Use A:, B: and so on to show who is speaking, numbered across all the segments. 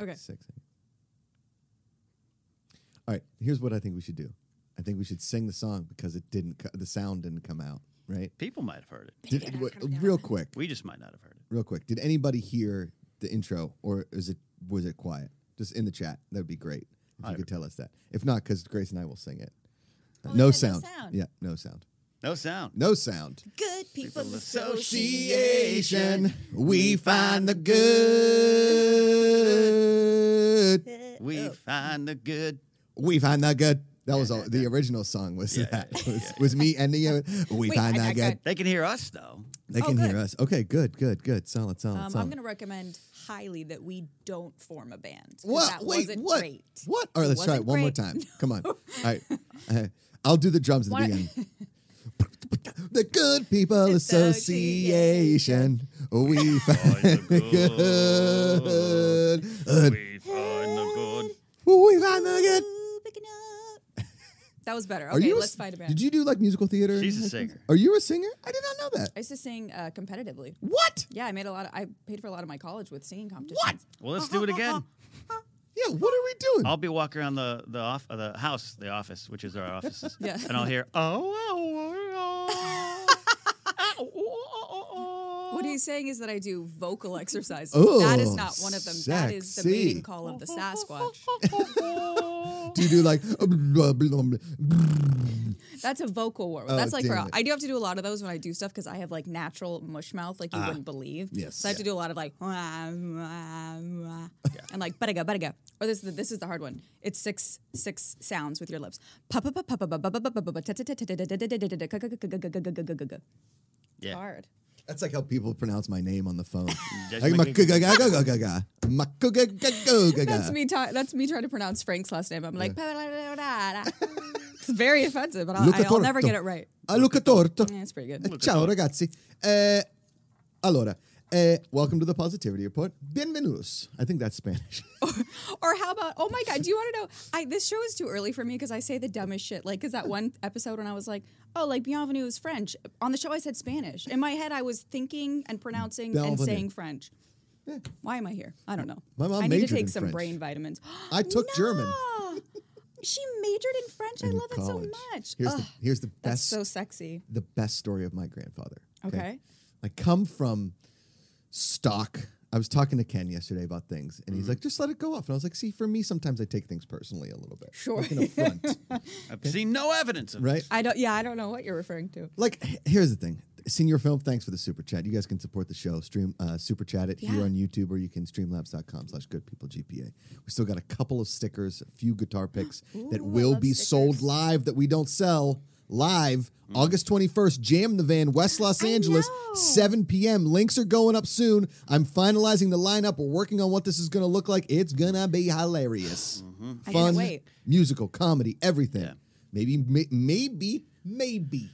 A: Okay.
B: Six. All right. Here's what I think we should do. I think we should sing the song because it didn't. Co- the sound didn't come out right.
C: People might have heard it.
B: Did,
A: Maybe it
B: what-
A: has come down.
B: real quick.
C: We just might not have heard it.
B: Real quick. Did anybody hear the intro, or is it was it quiet? Just in the chat. That'd be great if you
C: I-
B: could tell us that. If not, because Grace and I will sing it.
D: Oh,
B: no,
D: yeah, no
B: sound.
D: sound.
B: Yeah. No sound.
C: No sound.
B: No sound.
D: Good people
B: Association. We find the good.
C: We find the good.
B: We find that good. That was all, the original song. Was
C: Yeah,
B: that
C: yeah,
B: was, was me ending it? with, We
A: Wait,
B: find
A: I-
B: that
A: I
B: good.
A: got-
C: They can hear us though.
B: They
A: Oh,
B: can hear
A: good.
B: us. Okay, good, good, good. Solid, solid,
A: Um,
B: solid.
A: I'm going to recommend highly that we don't form a band. 'cause
B: What?
A: That
B: Wait,
A: wasn't
B: what?
A: great.
B: What? All right, let's try it
A: wasn't
B: one more
A: great.
B: time. Come on. All right, Uh, I'll do the drums at the
A: Why-
B: beginning. the Good People Association. We
D: Oh,
B: find the good.
C: We find the good.
B: We find the good.
A: That was better.
B: Are
A: Okay,
B: you a
A: let's
B: s-
A: find a band.
B: Did you do like musical theater?
C: She's a singer.
B: Are you a singer? I did not know that.
A: I used to sing uh, competitively.
B: What?
A: Yeah, I made a lot. Of, I paid for a lot of my college with singing competitions.
B: What?
C: Well, let's do it again.
B: Yeah, what are we doing?
C: I'll be walking around the the off uh, the house, the office, which is our offices,
A: Yeah.
C: and I'll hear oh. oh, oh, oh, oh, oh, oh."
A: What he's saying is that I do vocal exercises.
B: Oh,
A: that is not one of them. That is the
B: sexy.
A: mating call of the Sasquatch.
B: do you do like blah, blah, blah, blah.
A: That's a vocal warm.
B: Oh,
A: up That's like for,
B: damn it.
A: I do have to do a lot of those when I do stuff because I have like natural mush mouth, like you wouldn't believe.
B: Uh-huh. Yes.
A: So I have to do a lot of like wah, wah, wah, and like but go but go. Or this is the, this is the hard one. It's six six sounds with your lips. Pa- pa- pa- pa- pa- pa- pa- pa- pa- pa- pa- pa- ta- ta- ta- ta- ta- ta- ta- ta- ta- ta- ta- ta- ta- ta- ta- ta- ta- ta- ta-
C: Yeah.
A: Hard.
B: That's like how people pronounce my name on the phone.
C: Just
B: Like,
C: make it-
B: "Makuga-ga-ga-ga-ga-ga. Makuga-ga-ga-ga-ga."
A: That's me. ta- That's me trying to pronounce Frank's last name. I'm like, it's very offensive, but I'll,
B: Luca
A: I'll never
B: Torto.
A: get it right.
B: A Luca Torto.
A: Yeah, it's pretty good.
B: Eh, Ciao ragazzi. Eh, allora, eh, welcome to the Positivity Report. Bienvenidos. I think that's Spanish.
A: Or how about, oh my God, do you want to know? I This show is too early for me because I say the dumbest shit. Like, because that one episode when I was like, oh, like Bienvenue is French. On the show, I said Spanish. In my head, I was thinking and pronouncing and
B: Bienvenue.
A: saying French. Why am I here? I don't know.
B: My mom
A: I need to
B: majored in
A: take some
B: French.
A: brain vitamins.
B: I took German.
A: She majored in French. I
B: in
A: love
B: college.
A: it so much.
B: Here's,
A: Ugh,
B: the, here's the
A: that's
B: best
A: so sexy.
B: the best story of my grandfather.
A: Okay.
B: I come from stock. I was talking to Ken yesterday about things, and he's
A: Mm-hmm.
B: like, just let it go off. And I was like, see, for me, sometimes I take things personally a little bit.
A: Sure.
B: Like an affront,
C: I've seen no evidence of
B: right?
A: I don't, yeah, I don't know what you're referring to.
B: Like, h- here's the thing. Senior Film, thanks for the super chat. You guys can support the show. Stream uh, super chat it here
A: Yeah.
B: on YouTube, or you can streamlabs.com slash good people GPA. We still got a couple of stickers, a few guitar picks that
A: Ooh, I
B: will
A: love
B: be sold
A: stickers. Mm-hmm.
B: live that we don't sell live. August 21st, Jam the Van, West Los
A: I
B: Angeles,
A: know.
B: 7 p.m. Links are going up soon. I'm finalizing the lineup. We're working on what this is going to look like. It's going to be hilarious. Fun,
A: I can't wait.
B: musical, comedy, everything.
C: Mm-hmm. Yeah.
B: Maybe, may, maybe, maybe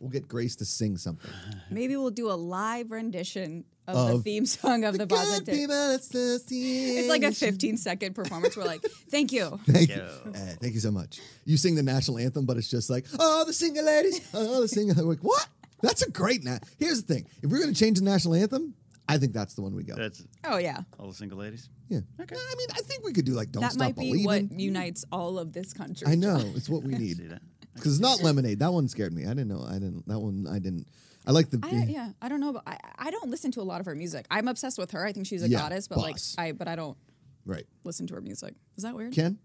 B: we'll get Grace to sing something.
A: Maybe we'll do a live rendition of,
B: Of
A: the theme song of the,
B: Good
A: Positive.
B: people association.
A: It's like a 15 second performance. We're like, thank you.
B: Thank you.
C: Yo.
B: Uh, thank you so much. You sing the national anthem, but it's just like, oh, the single ladies, oh, the single. I'm like, what? That's a great na Here's the thing: if we're gonna change the national anthem, I think that's the one we go.
C: That's
A: Oh, yeah.
C: all the single ladies.
B: yeah.
C: Okay.
B: I mean, I think we could do like "Don't
A: that
B: Stop
A: might be
B: Believing."
A: what unites all of this country.
B: I know it's what we
C: See
B: need
C: that?
B: because it's not lemonade. That one scared me. I didn't know. I didn't. That one. I didn't. I like the.
A: I, yeah, I don't know, but I, I don't listen to a lot of her music. I'm obsessed with her. I think she's a
B: Yeah,
A: goddess, but
B: boss.
A: like I, but I don't
B: Right.
A: listen to her music. Is that weird?
B: Ken,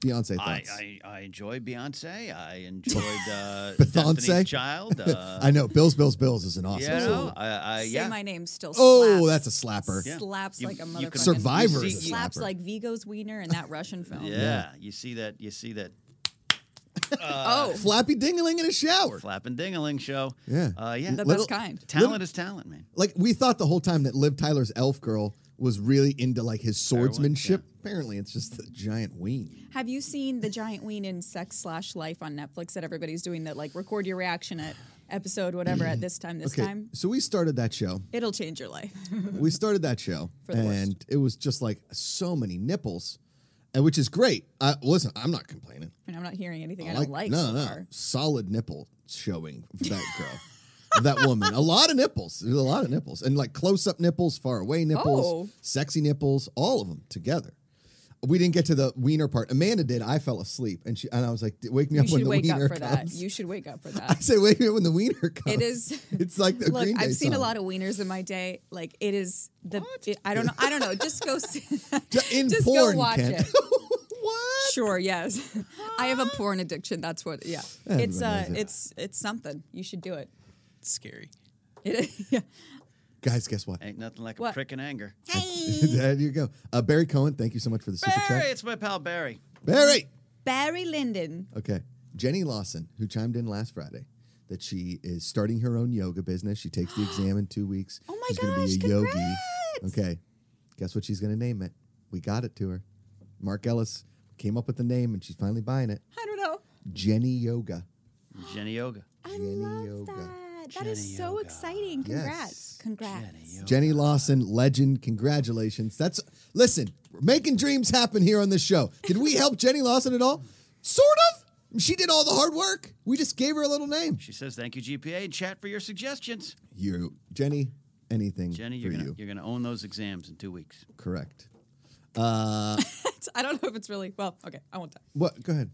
B: Beyonce
C: I,
B: thoughts. I,
C: I, I enjoyed Beyonce. I enjoyed uh,
B: Beyonce?
C: Destiny's Child. Uh,
B: know. Bills, Bills, Bills is an awesome
C: you know,
B: song.
C: I, I,
A: Say
C: Uh, yeah.
A: my name still.
B: Oh,
A: slaps.
B: that's a slapper.
C: Yeah.
A: slaps
C: You-
A: like a
C: you
A: motherfucker.
C: can-
B: Survivor
C: you see-
B: is a
A: slaps
B: slapper.
A: like Vigo's wiener in that Russian film.
C: yeah, you see that. You see that
D: uh,
A: Oh,
B: Flappy dingaling in a shower.
C: flapping dingaling show.
B: Yeah.
C: uh, yeah.
A: the
B: Little-
A: best kind.
C: talent is talent, man.
B: like we thought the whole time that Liv Tyler's elf girl was really into like his swordsmanship. Apparently, it's just the giant ween.
A: Have you seen the giant ween in Sex Slash Life on Netflix that everybody's doing that like record your reaction at episode whatever at this time this
B: Okay,
A: time?
B: so we started that show.
A: It'll change your life.
B: we started that show,
A: For the
B: and it was just like so many nipples, and which is great. I, listen, I'm not complaining.
A: and I'm not hearing anything I, don't like.
B: no,
A: so
B: no,
A: far.
B: solid nipple showing for that girl. of That woman, a lot of nipples. There's a lot of nipples, and like close-up nipples, far away nipples,
A: Oh.
B: sexy nipples, all of them together. we didn't get to the wiener part. Amanda did. I fell asleep, and she and I was like, "D- "Wake me
A: You
B: up when
A: should
B: the
A: wake up
B: wiener
A: for that.
B: comes."
A: You should wake up for
B: I
A: that.
B: said, "Wake me up when the wiener comes."
A: It is.
B: It's like the
A: Look,
B: Green Day
A: I've seen a
B: song.
A: lot of wieners in my day. Like it is the. it- I don't know. I don't know. Just go. s-
B: in
A: just
B: porn.
A: go watch
B: Ken.
A: it.
B: what?
A: Sure. Yes. I have a porn addiction. That's what. Yeah.
B: Everyone
A: it's uh.
B: has it.
A: It's it's something. You should do it.
C: It's scary.
A: It is. Yeah.
B: Guys, guess what?
D: Ain't nothing like a
A: What?
D: prick in anger.
B: there you go. Uh, Barry Cohen, thank you so much for the super
D: Barry,
B: chat.
D: it's my pal Barry.
B: Barry.
A: Barry Lyndon.
B: Okay. Jenny Lawson, who chimed in last Friday, that she is starting her own yoga business. She takes the exam in two weeks.
A: Oh my
B: she's gonna
A: gosh,
B: be a yogi.
A: congrats!
B: Okay. Guess what she's gonna name it? We got it to her. Mark Ellis came up with the name and she's finally buying it.
A: I don't know.
B: Jenny Yoga.
D: Jenny Yoga.
A: I
B: Jenny
A: love
B: Yoga.
A: that. That is
D: Jenny
A: so
D: Yoga.
A: exciting. Congrats.
B: Yes.
A: Congrats.
D: Jenny Yoga.
B: Jenny Lawson, legend. Congratulations. That's listen, we're making dreams happen here on this show. Did we help Jenny Lawson at all? Sort of. She did all the hard work. We just gave her a little name.
D: She says, "Thank you, GPA and chat for your suggestions."
B: You, Jenny, anything
D: Jenny,
B: for
D: you're gonna
B: you.
D: you. are gonna own those exams in two weeks.
B: Correct.
A: I don't know if it's really well. Okay, I won't. Tell.
B: What? Go ahead.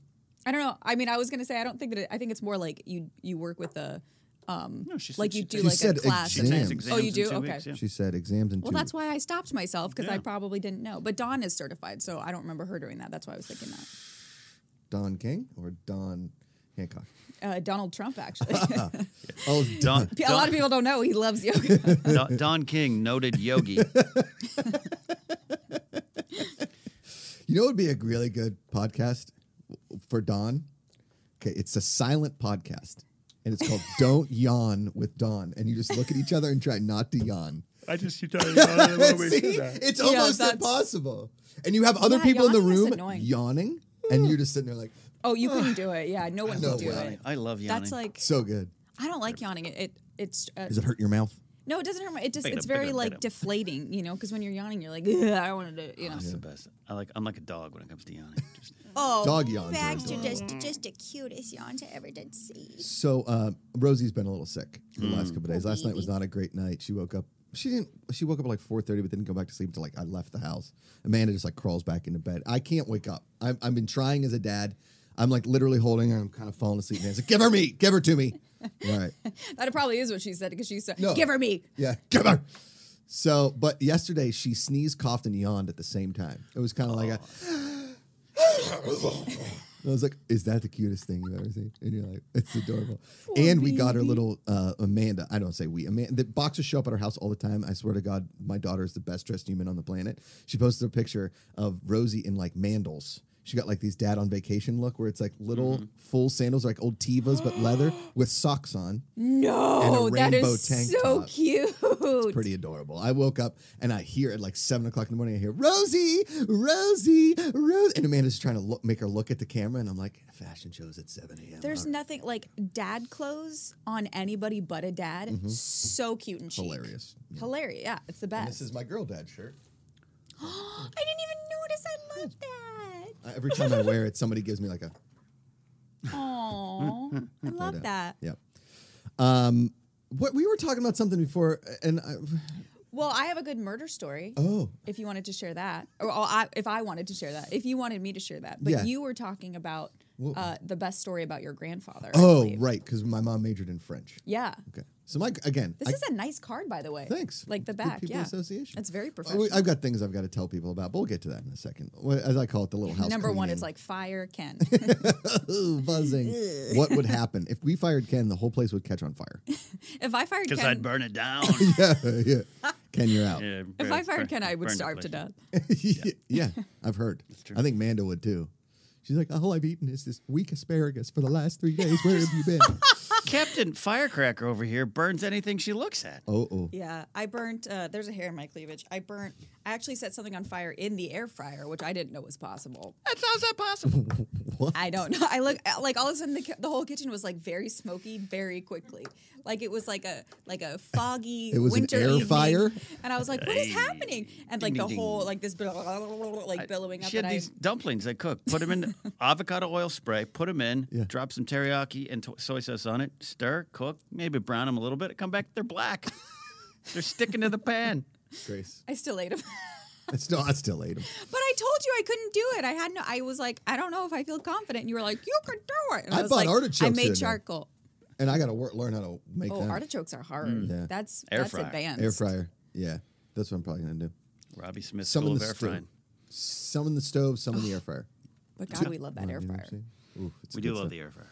A: I don't know. I mean, I was gonna say I don't think that. It, I think it's more like you you work with a um
D: No, she said
A: like
D: she
A: you do
B: takes-
A: like
B: She said
A: a class. and
B: exams.
A: then-
D: Takes exams
A: Oh, you
D: in
A: do?
D: two
A: Okay.
D: weeks, yeah.
B: She said exams in
A: Well,
B: two weeks.
A: that's why I stopped myself because I
D: Yeah.
A: probably didn't know. But Dawn is certified, so I don't remember her doing that. That's why I was thinking that.
B: Don King or Don Hancock.
A: Uh, Donald Trump, actually. a
B: Oh,
D: Don,
A: lot
D: Don-
A: of people don't know he loves yoga.
D: Don, Don King, noted yogi.
B: you know what would be a really good podcast for Don? Okay, it's a silent podcast, and it's called "Don't Yawn with Don." And you just look at each other and try not to yawn.
C: I just keep telling you I don't know what we
B: See,
C: did that.
B: it's
A: Yeah,
B: almost
A: that's-
B: impossible. And you have other
A: Yeah,
B: people in the
A: yawning is
B: room
A: annoying.
B: yawning, and you're just sitting there like,
A: oh, you couldn't do it. Yeah, no one
B: No
A: could do
B: way.
A: it.
D: I love yawning.
A: That's like
B: so good.
A: I don't like yawning. It, it it's uh,
B: Does it hurt your mouth?
A: no, it doesn't hurt. My, it just
D: Pick it
A: it's
D: up, pick it
A: very
D: up, pick
A: like
D: it up.
A: deflating, you know, because when you're yawning, you're like, "Ugh, I want to do, it," you know.
D: That's the best. I like. I'm like a dog when it comes to yawning. Just-
A: Oh,
B: Dog yawns are
A: Baxter
B: adorable.
A: just just the cutest yawns I ever did see.
B: So uh, Rosie's been a little sick the last couple of days. Last night was not a great night. She woke up. She didn't. She woke up at like four thirty, but didn't go back to sleep until like I left the house. Amanda just like crawls back into bed. I can't wake up. I'm, I've been trying as a dad. I'm like literally holding her. I'm kind of falling asleep. And it's like, give her me, give her to me. All right.
A: That probably is what she said because she said,
B: No.
A: "Give her me."
B: Yeah, give her. So, but yesterday she sneezed, coughed, and yawned at the same time. It was kind of like a. I was like, "Is that the cutest thing you've ever seen?" And you're like, "It's adorable." and we got her little uh, Amanda. I don't say we. Amanda. The boxers show up at our house all the time. I swear to God, my daughter is the best dressed human on the planet. She posted a picture of Rosie in like mandals. She got like these dad on vacation look where it's like little full sandals, like old Tivas, but leather with socks on.
A: No,
B: And a
A: that
B: rainbow
A: is
B: tank
A: so
B: top.
A: cute.
B: pretty adorable. I woke up and I hear at like seven o'clock in the morning. I hear Rosie, Rosie, Rosie, and Amanda's trying to look, make her look at the camera, and I'm like, fashion shows at seven Oh, a.m.
A: There's
B: All right.
A: nothing like dad clothes on anybody but a dad. So cute and chic.
B: Mm-hmm. hilarious.
A: Hilarious. Yeah, it's the
B: And
A: best.
B: this is my girl dad shirt.
A: I didn't even notice. I love that.
B: Uh, Every time I wear it, somebody gives me like a
A: Aw, I love that.
B: yeah. Um, what we were talking about something before, uh, and I,
A: Well, I have a good murder story.
B: oh,
A: If you wanted to share that, or oh, I, if I wanted to share that, if you wanted me to share that, but
B: Yeah.
A: you were talking about uh, the best story about your grandfather. I
B: oh,
A: believe.
B: right, because my mom majored in French.
A: Yeah.
B: Okay, so my again,
A: This
B: I- oh,
A: is a nice card, by the way.
B: Thanks.
A: Like the
B: Good
A: back,
B: People
A: yeah.
B: Association.
A: It's very
B: Oh,
A: professional.
B: wait, I've got things I've got to tell people about, but we'll get to that in a second. Well, As I call it, the little house.
A: Number one
B: cleaning.
A: is like fire Ken.
B: Ooh, buzzing. what would happen if we fired Ken? The whole place would catch on fire.
A: if I fired
D: Because
A: Ken,
D: I'd burn it down.
B: yeah, yeah. Ken, you're out. Yeah,
D: Yeah,
A: if
D: burn-
A: I fired
D: burn-
A: Ken, I
D: burn
A: would
D: the
A: starve to
D: place.
A: death.
B: I've heard. I think Manda would too. She's like, all I've eaten is this weak asparagus for the last three days. Where have you been?
D: Captain Firecracker over here burns anything she looks at.
B: oh, oh.
A: Yeah, I burnt. Uh, there's a hair in my cleavage. I burnt. I actually set something on fire in the air fryer, which I didn't know was possible.
D: That's how's that possible?
B: What?
A: I don't know. I look like all of a sudden the, ki- the whole kitchen was like very smoky very quickly. Like it was like a like a foggy
B: It was an
A: winter
B: air
A: evening.
B: fire?
A: and I was like, what is happening? And like
D: Ding,
A: the
D: ding,
A: whole
D: ding.
A: like this blah, blah, blah, blah, blah, like billowing up.
D: She had
A: and I,
D: these dumplings I cooked. Put them in avocado oil spray. Put them in.
B: Yeah.
D: Drop some teriyaki and to- soy sauce on it. Stir, cook, maybe brown them a little bit. Come back, they're black. they're sticking to the pan.
B: Grace.
A: I still ate them.
B: I still, I still ate them.
A: But I told you I couldn't do it. I had no. I was like, I don't know if I feel confident. And you were like, you can do it. And
B: I
A: was
B: bought
A: like,
B: artichokes
A: I
B: the other
A: made
B: night.
A: charcoal.
B: And I got to work, learn how to make
A: Oh,
B: them.
A: artichokes are hard.
B: Mm. yeah.
A: That's
D: Air
A: that's
D: fryer.
A: advanced.
B: Air fryer. Yeah. That's what I'm probably going to do.
D: Robbie Smith
B: Some
D: School
B: in
D: of
B: the
D: Air
B: stove.
D: Frying.
B: Some in the stove, some in the air fryer.
A: But God, we love that
B: Oh, You know
A: air
B: what I'm
A: fryer
B: saying? Ooh, it's
D: We
B: good
D: do love
B: stuff.
D: the air fryer.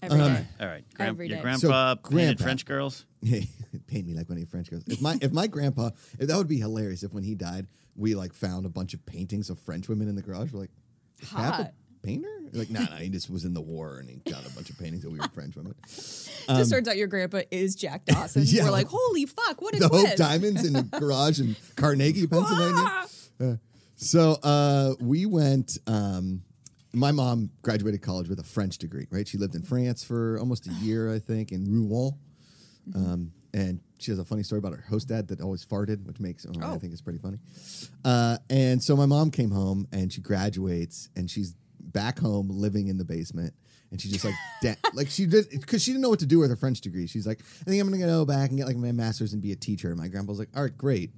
A: every day.
B: Um,
D: All right, Gran-
A: Every
B: So,
D: your
A: day.
D: grandpa painted
B: grandpa.
D: French girls.
B: paint me like one of your French girls. If my if my grandpa, if that would be hilarious. If when he died, we like found a bunch of paintings of French women in the garage. We're like, "Is Pap
A: Hot.
B: a painter? Like, nah, nah, he just was in the war and he got a bunch of paintings of weird French women.
A: Just turns out your grandpa is Jack Dawson.
B: um, Yeah.
A: We're like, holy fuck, what is
B: the Hope
A: this?
B: Diamonds in the garage in Carnegie, Pennsylvania.
A: Ah!
B: So uh, we went. Um, my mom graduated college with a French degree, right? She lived in France for almost a year, I think, in Rouen. Um, and she has a funny story about her host dad that always farted, which makes oh, I
A: Oh.
B: think it's pretty funny. Uh, and so my mom came home and she graduates and she's back home living in the basement. And she just like, da- like she did, because she didn't know what to do with her French degree. She's like, I think I'm gonna go back and get like my master's and be a teacher. And my grandpa's like, All right, great,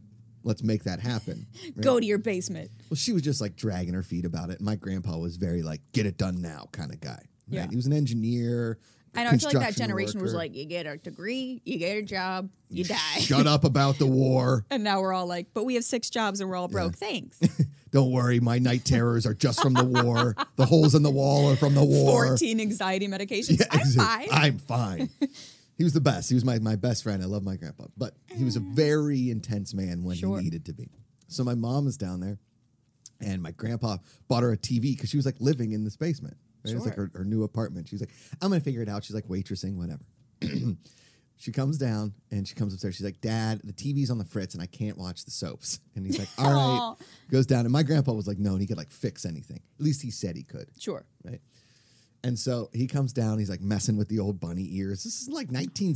B: let's make that happen. Right?
A: Go to your basement.
B: Well, she was just like dragging her feet about it. And my grandpa was very like, get it done now kind of guy. Right?
A: Yeah.
B: He was an engineer.
A: I know. I feel like that
B: construction
A: generation was
B: worker.
A: like, you get a degree, you get a job, you die.
B: shut up about the war.
A: And now we're all like, but we have six jobs and we're all broke. Thanks.
B: Don't worry, my night terrors are just from the war. The holes in the wall are from the war.
A: 14 anxiety medications.
B: Yeah,
A: I'm fine.
B: exactly. I'm fine. he was the best. He was my, my best friend. I love my grandpa. But he was a very intense man when
A: Mm. Sure.
B: he needed to be. So my mom is down there, and my grandpa bought her a TV because she was like living in this basement. Right? It's like
A: Sure.
B: her, her new apartment. She's like, I'm going to figure it out. She's like waitressing, whatever. she comes down and she comes upstairs. She's like, Dad, the TV's on the fritz and I can't watch the soaps. And he's like, All right. Goes down. And my grandpa was like, No, and he could like fix anything. At least he said he could
A: sure.
B: right? And so he comes down. He's like messing with the old bunny ears. This is like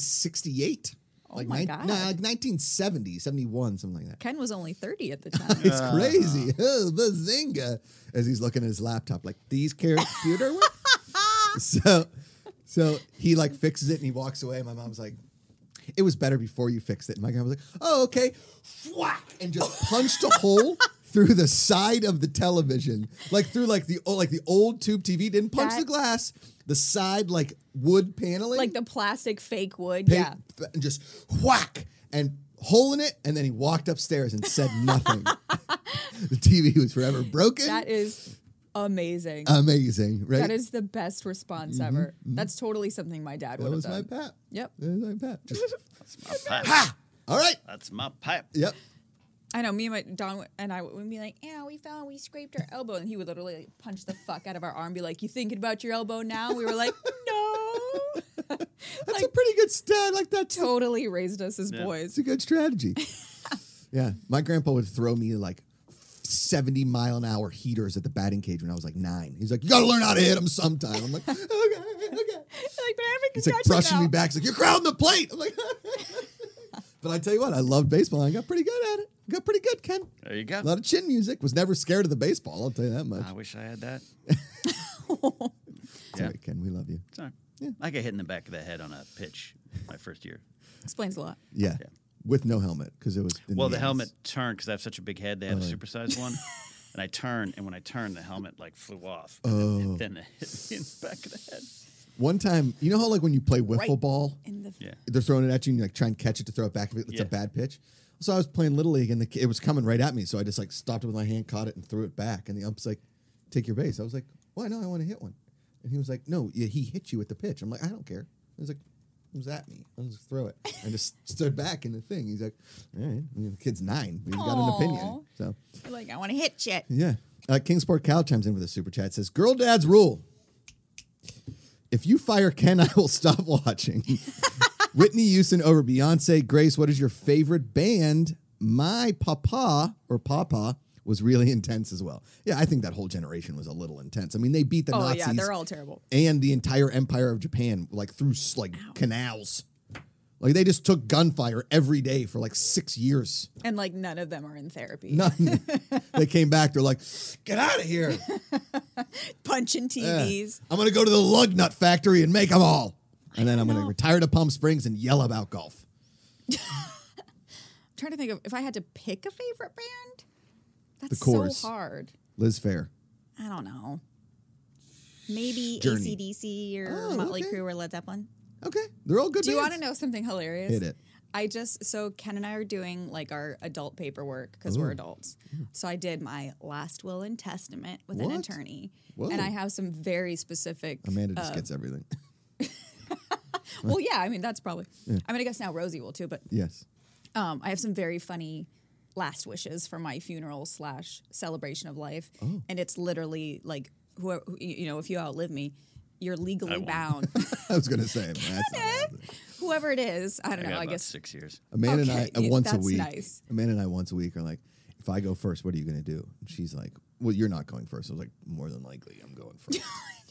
B: 1968.
A: Oh
B: like
A: my
B: nine-
A: God.
B: No, like 1970, 71, something like that.
A: Ken was only 30 at the time.
B: It's crazy. Oh, bazinga. As he's looking at his laptop, like, these computer work? so, so he like fixes it and he walks away. My mom's like, it was better before you fixed it. And my grandma was like, oh, okay. Whack. And just punched a hole through the side of the television. Like through like the oh, like the old tube TV. Didn't punch
A: That-
B: the glass. The side like wood paneling.
A: like the plastic fake wood.
B: pa-
A: yeah.
B: And just whack. And hole in it. And then he walked upstairs and said nothing. the TV was forever broken.
A: That is amazing.
B: Amazing, Uh, right? Mm-hmm,
A: that is the best response ever. That's totally something my dad
B: that
A: would have
B: was my
A: done.
B: pap.
A: Yep.
B: That was my pap. Just-
D: That's my pipe.
B: All right.
D: That's my pipe.
B: Yep.
A: I know. Me and my Don and I would be like, "Yeah, we fell and we scraped our elbow," and he would literally like, punch the fuck out of our arm, be like, "You thinking about your elbow now?" We were like, "No."
B: That's a
A: Like-
B: pretty good stat. Like that's
A: totally raised us as
B: It's
A: boys.
B: a good strategy. yeah. My grandpa would throw me like 70 mile an hour heaters at the batting cage when I was like nine. He's like, you got to learn how to hit them sometime. I'm like, okay, okay.
A: like, man, we can
B: He's like
A: catch it
B: brushing me
A: now."
B: back. He's like, you're crowding the plate. I'm like, but I tell you what, I love baseball. I got pretty good at it. I got pretty good, Ken.
D: There you
B: A
D: go.
B: lot of chin music. Was never scared of the baseball. I'll tell you that much.
D: I wish I had that.
B: It's
D: yeah.
B: all right, Ken. We love you.
D: Sorry. I got hit in the back of the head on a pitch my first year.
A: Explains a lot.
B: Yeah. With no helmet because it was. in
D: Well, the
B: ice.
D: helmet turned because I have such a big head. They had a supersized one, and I turned, and when I turned, the helmet like flew off. Oh. Then it hit me in the back of the head.
B: One time, you know how like when you play wiffle
A: Right.
B: ball,
A: In the
D: Yeah.
B: they're throwing it at you and you like try and catch it to throw it back. It's
D: Yeah.
B: a bad pitch. So I was playing little league and the, ki- it was coming right at me. So I just like stopped it with my hand, caught it, and threw it back. And the ump's like, "Take your base." I was like, "Why? No, I want to hit one." And he was like, "No, yeah, he hit you with the pitch." I'm like, "I don't care." I was like, "It was at me. I will just throw it." I just stood back in the thing. He's like, "All right, I mean, the kid's nine. He's got an
A: Aw.
B: opinion." So
A: You're like, I want to hit shit.
B: yeah. Uh, Kingsport Cow chimes in with a super chat. Says, "Girl dads rule. If you fire Ken, I will stop watching." Whitney Houston over Beyonce. Grace, what is your favorite band? My papa or papa was really intense as well. Yeah, I think that whole generation was a little intense. I mean, they beat the
A: Oh
B: Nazis
A: yeah, they're all terrible.
B: and the entire empire of Japan, like through s- like canals. Like they just took gunfire every day for like six years.
A: And like none of them are in therapy.
B: None. they came back. They're like, "Get out of here."
A: Punching
B: Yeah.
A: TVs.
B: I'm gonna go to the lug nut factory and make them all, and then I'm gonna
A: know.
B: retire to Palm Springs and yell about golf.
A: I'm trying to think of if I had to pick a favorite band. That's
B: chorus.
A: so hard.
B: Liz Fair.
A: I don't know. Maybe
B: Journey.
A: ACDC or
B: Oh,
A: Motley
B: okay.
A: Crue or Led Zeppelin.
B: Okay, they're all good.
A: Do you
B: bands.
A: want to know something hilarious?
B: Hit it.
A: I just so Ken and I are doing like our adult paperwork because we're adults. So I did my last will and testament with
B: What?
A: an attorney,
B: Whoa.
A: and I have some very specific.
B: Amanda just
A: uh,
B: gets everything.
A: well, yeah. I mean, that's probably. I mean, I guess now Rosie will too. But
B: yes.
A: um, I have some very funny last wishes for my funeral slash celebration of life,
B: Oh.
A: and it's literally like whoever who- you know, if you outlive me, you're legally
D: won't.
A: bound.
B: I was gonna say. that's not happening.
A: whoever it is, I
D: I
A: don't
D: got
A: know. I
D: about
A: guess
D: six years.
B: Amanda
A: Okay,
B: and I uh,
A: you-
B: once a
A: that's
B: week.
A: nice.
B: Amanda and I once a week are like, if I go first, what are you gonna do? And she's like, Well, you're not going first. I was like, More than likely, I'm going first.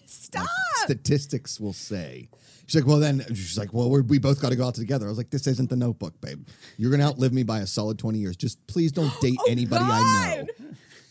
A: stop.
B: Statistics will say. She's like, Well, then she's like, Well, we're, we both got to go out together. I was like, This isn't the Notebook, babe. You're gonna outlive me by a solid twenty years. Just please don't date
A: Oh,
B: anybody I know.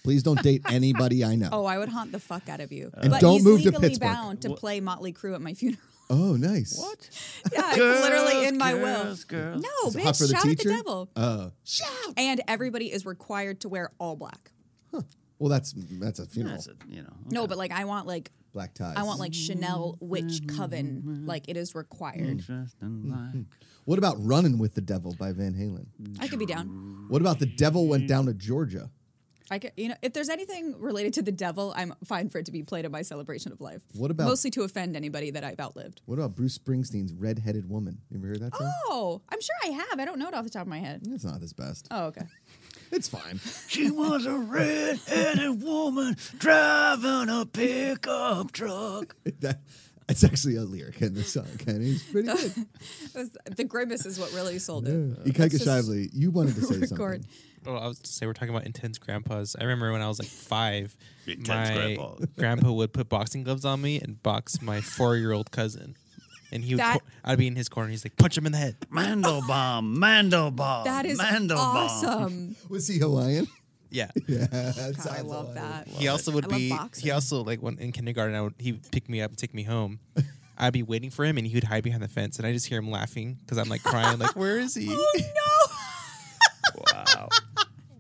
B: Please don't date anybody I know.
A: Oh, I would haunt the fuck out of you.
B: And
A: but
B: don't
A: he's
B: move to
A: legally
B: Pittsburgh.
A: bound to play Motley Crue at my funeral.
B: Oh, nice.
D: What?
A: yeah, it's literally in my
D: girls,
A: will.
D: Girls.
A: No,
B: Is it hot for
A: bitch,
B: the
A: shout at
B: teacher?
A: the devil.
B: Uh, shout.
A: and everybody is required to wear all black.
B: Well, that's that's a funeral.
D: That's it, you know.
A: No, but like I want like
B: Black ties.
A: I want like Chanel witch coven. Like it is required.
D: Dressed in black.
B: What about "Running with the Devil" by Van Halen?
A: I could be down.
B: What about "The Devil Went Down to Georgia"?
A: I could, you know, if there's anything related to the devil, I'm fine for it to be played at my celebration of life.
B: What about-
A: mostly to offend anybody that I've outlived?
B: What about Bruce Springsteen's "Red-Headed Woman"? You ever heard that song?
A: Oh, I'm sure I have. I don't know it off the top of my head.
B: It's not his best.
A: Oh, okay.
B: It's fine.
D: She was a red-headed woman driving a pickup truck.
B: that that's actually a lyric in the song, and it's pretty
A: Oh.
B: good.
A: It was- the grimace is what really sold it.
B: Ikaika
A: just
B: Shively, you wanted to say
A: Record.
B: something.
E: Oh, I was to say we're talking about intense grandpas. I remember when I was like five,
D: Intense
E: my
D: grandpas.
E: grandpa would put boxing gloves on me and box my four-year-old cousin, and he would
A: That-
E: cor- I'd be in his corner. He's like, punch him in the head.
D: Mandelbaum, Mandelbaum.
A: That is
D: Mandelbaum.
A: awesome.
B: Was he Hawaiian?
E: Yeah.
B: yeah, that
A: God, I
B: sounds
A: love
B: Hawaiian.
A: that.
E: He
D: Oh,
E: also
A: I
E: would
A: love
E: be. He
A: boxing.
E: also like when in kindergarten, I would he would pick me up and take me home. I'd be waiting for him, and he would hide behind the fence, and I just hear him laughing because I'm like crying, like where is he?
A: Oh.
D: Wow.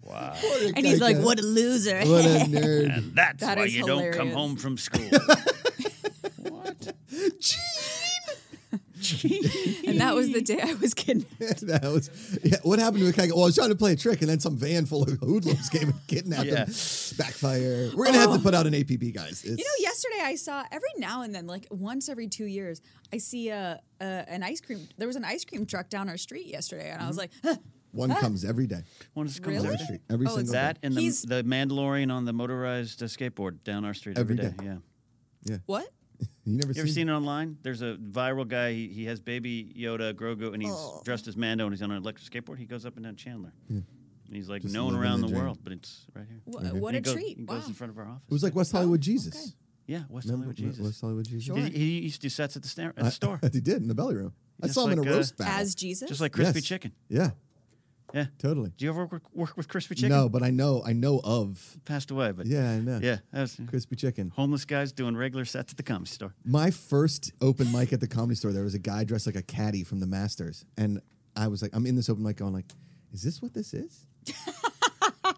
D: Wow.
A: And he's like,
B: Ikaika,
A: what a loser.
B: What a nerd!
D: And that's
A: That
D: why
A: is
D: you don't come
A: hilarious.
D: home from school. what?
A: and that was the day I was kidnapped.
B: that was yeah. What happened to Ikaika? Well, I was trying to play a trick, and then some van full of hoodlums came and kidnapped
D: Yeah.
B: him. Backfire. We're gonna have to put out an APB, guys. It's,
A: You know, yesterday I saw every now and then, like once every two years, I see a, a an ice cream. There was an ice cream truck down our street yesterday, and I was like,
B: Mm-hmm.
A: huh,
B: one comes every day.
D: When it comes
A: Really?
D: out.
B: Every street, every
A: Oh, it's
B: single
D: That
B: day.
D: and the,
A: He's-
D: the Mandalorian on the motorized uh, skateboard down our street every
B: Every
D: day.
B: day.
D: Yeah.
A: "What?
B: You never
D: You ever seen it online? There's a viral guy. He, he has baby Yoda, Grogu, and he's
A: Oh.
D: dressed as Mando, and he's on an electric skateboard. He goes up and down Chandler, and he's like
B: Just
D: known
B: living
D: around
B: the
D: the,
B: dream.
D: world. But it's right here.
A: Wha-
B: Mm-hmm.
A: What
D: He
A: a
D: goes-
A: treat!
D: He
A: Wow.
D: goes in front of our office.
B: It was like West Hollywood Jesus.
D: yeah, West
B: Remember
D: Hollywood
B: Re-
D: Jesus.
B: West Hollywood Jesus?
A: Oh, Sure.
D: He, he used to do sets at the, sta- at the store,
B: he did in the belly room. I
D: Just
B: saw him in
D: like,
B: a
D: uh,
B: roast battle.
A: As Jesus,
D: just like crispy
B: Yes.
D: chicken.
B: yeah,
D: Yeah.
B: totally.
D: Do you ever work, work with crispy chicken?
B: No, but I know, I know of.
D: Passed away, but
B: Yeah, I know.
D: yeah, that was
B: crispy chicken.
D: homeless guys doing regular sets at the comedy store.
B: My first open mic at the comedy store, there was a guy dressed like a caddy from the Masters, and I was like, I'm in this open mic, going like, is this what this is?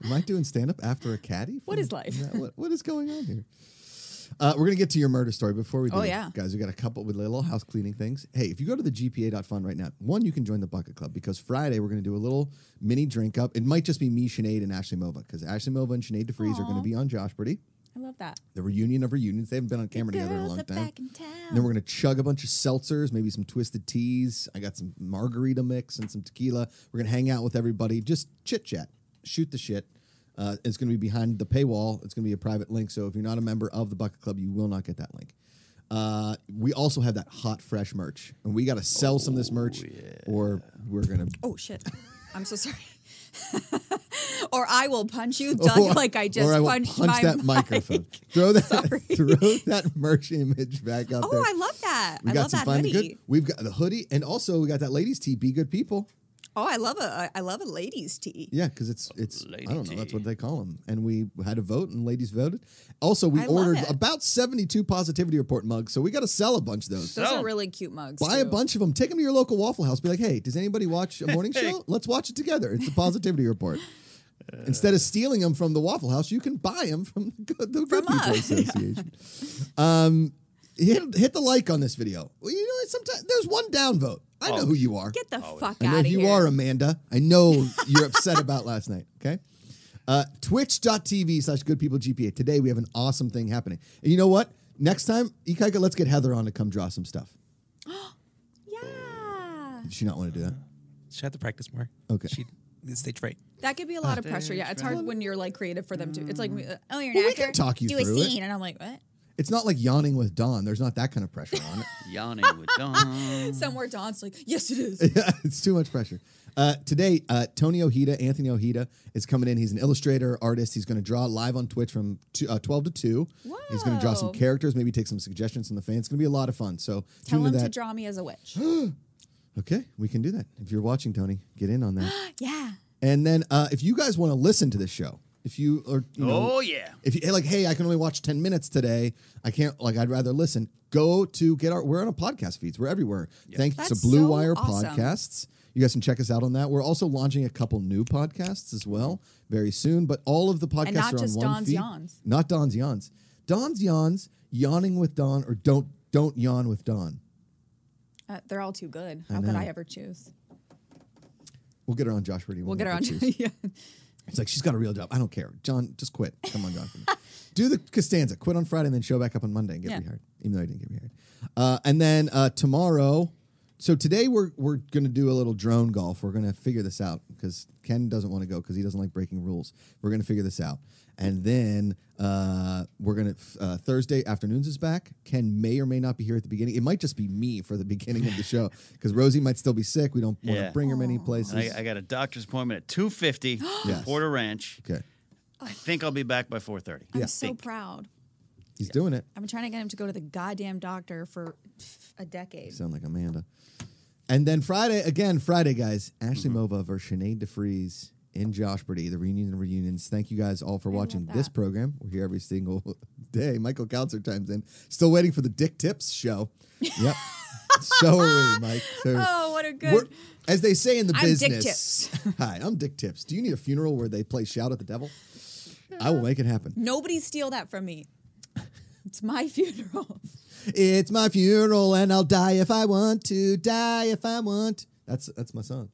B: Am I doing stand up after a caddy?
A: What
B: from-
A: is life?
B: Yeah, what- what is going on here? Uh, we're gonna get to your murder story before we do.
A: Oh,
B: it,
A: yeah.
B: guys, we got a couple with little house cleaning things. Hey, if you go to the GPA.fun right now, one, you can join the Bucket Club because Friday we're gonna do a little mini drink up. It might just be me, Sinead, and Ashley Mova because Ashley Mova and Sinead DeFries are gonna
A: Aw.
B: be on Josh Pretty.
A: I love that.
B: The reunion of reunions. They haven't been on camera together in a
A: Girls
B: long
A: are
B: time.
A: back in
B: And then
A: town.
B: we're gonna chug a bunch of seltzers, maybe some twisted teas. I got some margarita mix and some tequila. We're gonna hang out with everybody, just chit chat, shoot the shit. Uh, it's gonna be behind the paywall. It's gonna be a private link. So if you're not a member of the Bucket Club, you will not get that link. Uh, we also have that hot fresh merch, and we gotta sell some of this merch, or we're gonna.
A: Oh shit! I'm so sorry. or I will punch you, Doug, Oh, like I just
B: or I will
A: punched
B: punch
A: my
B: that
A: mic.
B: microphone. Throw that,
A: Sorry.
B: throw that merch image back up there.
A: Oh, I love that.
B: We
A: I
B: got
A: love
B: some
A: that
B: fun and
A: hoodie.
B: good. We've got the hoodie, and also we got that ladies' tee. Be good people.
A: Oh, I love a I love a ladies' tee.
B: Yeah, because it's it's
D: Oh, lady
B: I don't know. That's
D: tee.
B: what they call them. And we had a vote, and ladies voted. Also, we
A: I love
B: ordered
A: it.
B: about seventy-two positivity report mugs, so we got to sell a bunch of those.
A: Those
D: So-
A: are really cute mugs.
B: Buy a
A: too.
B: bunch of them. Take them to your local Waffle House. Be like, hey, does anybody watch a morning show? Let's watch it together. It's the positivity report. Instead of stealing them from the Waffle House, you can buy them from the Good, the good
A: From
B: People
A: us, yeah.
B: Association. Um, hit, hit the like on this video. Well, you know, sometimes there's one downvote. I know
D: Oh.
B: who you are.
A: Get the fuck
B: I know
A: out of
B: who
A: here.
B: you are, Amanda. I know you're upset about last night. Okay. Uh, Twitch.tv slash good people GPA. Today we have an awesome thing happening. And you know what? Next time, Ikaika, let's get Heather on to come draw some stuff.
A: yeah.
B: Did she not want to do that?
E: She had to practice more.
B: Okay.
E: She did stage fright.
A: That could be a
B: Oh,
A: lot of pressure. Yeah, it's hard when you're like creative for them to. It's like, uh, oh, you're
B: Mm.
A: an
B: Well, we
A: actor.
B: can talk you
A: do a
B: through it.
A: scene, and I'm like, what?
B: It's not like yawning with Dawn. There's not that kind of pressure on it.
D: Yanni with
B: Mm.
D: Don.
A: Somewhere Dawn's like, yes, it is.
B: Yeah, it's too much pressure. Uh, today, uh, Tony Ojeda, Anthony Ojeda is coming in. He's an illustrator, artist. He's going to draw live on Twitch from two, uh, 12 to 2. He's going to draw some
A: Whoa.
B: characters, maybe take some suggestions from the fans. It's going to be a lot of fun. So
A: Tell
B: tune
A: him
B: into
A: to
B: that.
A: draw me as a witch.
B: okay, we can do that. If you're watching, Tony, get in on that.
A: yeah.
B: and then uh, if you guys want to listen to this show, if you are, you know,
D: Oh yeah.
B: if you like, hey, I can only watch 10 minutes today. I can't like I'd rather listen. Go to get our we're on a podcast feeds. We're everywhere. Thanks
A: That's
B: to Blue
A: so
B: Wire
A: awesome.
B: Podcasts. You guys can check us out on that. We're also launching a couple new podcasts as well very soon. But all of the podcasts
A: not
B: are
A: just
B: on one
A: Don's
B: feed.
A: Yawns.
B: Not Don's Yawns. Don's Yawns, Yawning with Don, or Don't Don't Yawn with Don.
A: Uh, they're all too good. How could I ever choose?
B: We'll get her on Josh Rudy.
A: We'll get her on. yeah.
B: It's like she's got a real job. I don't care. John, just quit. Come on, Jonathan. Do the Costanza. Quit on Friday and then show back up on Monday and get
A: Yeah.
B: rehired. Even though I didn't get rehired. Uh, and then uh, tomorrow. So today we're we're gonna do a little drone golf. We're gonna figure this out because Ken doesn't want to go because he doesn't like breaking rules. We're gonna figure this out, and then uh, we're gonna uh, Thursday afternoons is back. Ken may or may not be here at the beginning. It might just be me for the beginning of the show because Rosie might still be sick. We don't want to
D: Yeah.
B: bring her many places.
D: And I, I got a doctor's appointment at 2:50 in
B: Yes.
D: Porter Ranch.
B: okay,
D: I think I'll be back by 4:30.
A: I'm so proud.
B: he's doing it.
A: I've been trying to get him to go to the goddamn doctor for pff, a decade.
B: You sound like Amanda. And then Friday, again, Friday, guys, Ashley Mova versus Sinead DeFries in Josh Brady, the reunion and reunions. Thank you guys all for watching this
A: that.
B: program. We're here every single day. Michael Kautzer times in. Still waiting for the Dick Tips show. Yep. so are we, Mike. So-
A: Oh, what a good.
B: We're- as they say in the
A: I'm Dick
B: business. Hi, I'm Dick Tips. Do you need a funeral where they play Shout at the Devil? I will make it happen.
A: Nobody steal that from me. It's my funeral.
B: It's my funeral and I'll die if I want to. Die if I want. That's that's my song.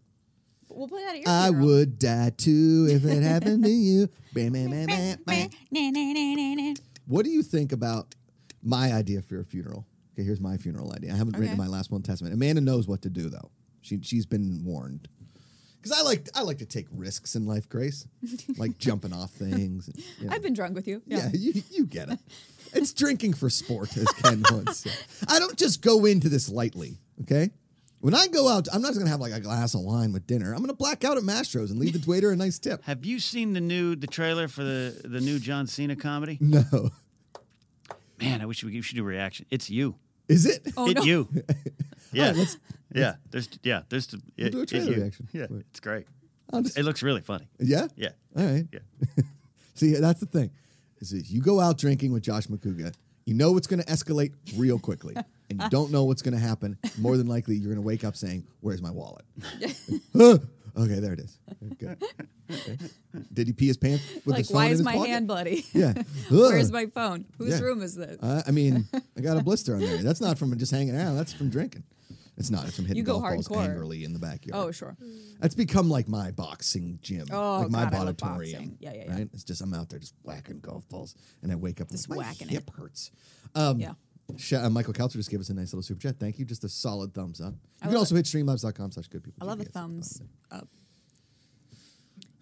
A: We'll play that at your
B: I
A: funeral.
B: would die too if it happened to you. Bam, bam, bam, bam, bam. What do you think about my idea for a funeral? Okay, here's my funeral idea. I haven't written
A: Okay.
B: my last will and testament. Amanda knows what to do though. She she's been warned. Because I like I like to take risks in life, Grace, like jumping off things. and, you know.
A: I've been drunk with you.
B: Yeah, you, you get it. It's drinking for sport, as Ken once said. I don't just go into this lightly, okay? When I go out, I'm not just gonna have like a glass of wine with dinner. I'm gonna black out at Mastro's and leave the waiter a nice tip.
D: Have you seen the new the trailer for the the new John Cena comedy?
B: No.
D: Man, I wish we, we should do a reaction. It's you.
B: Is it?
A: Oh,
D: it
A: no.
D: you. Yeah.
B: let's-
D: yeah. There's yeah, there's the it,
B: do a
D: it
B: trailer
D: you.
B: reaction.
D: Yeah.
B: Wait.
D: It's great.
B: I'll just-
D: It looks really funny.
B: yeah?
D: Yeah.
B: All right.
D: Yeah.
B: See, that's the thing. Is that you go out drinking with Josh McCouga, you know it's gonna escalate real quickly. And you don't know what's gonna happen. More than likely you're gonna wake up saying, Where's my wallet? Huh. okay, there it is. Good. Okay. Did he pee his pants? With
A: Like,
B: his phone
A: why
B: in
A: is
B: his
A: my
B: pocket?
A: hand bloody?
B: Yeah.
A: Where's
B: Ugh.
A: my phone? Whose
B: Yeah.
A: room is this?
B: Uh, I mean, I got a blister on there. That's not from just hanging out. That's from drinking. It's not. It's from hitting
A: You go
B: golf balls
A: hardcore.
B: angrily in the backyard.
A: oh, sure.
B: That's become like my boxing gym.
A: Oh,
B: like my
A: God, I love
B: botatorium,
A: boxing. Yeah, yeah, yeah.
B: Right? It's just I'm out there just whacking golf balls, and I wake up
A: Just
B: and like,
A: whacking
B: my
A: it.
B: hip hurts. Um,
A: Yeah.
B: sh- uh, Michael Kautzer just gave us a nice little super chat. Thank you. Just a solid thumbs up. You can
A: love
B: also hit streamlabs.com slash good people.
A: I love a
B: GPS.
A: thumbs up.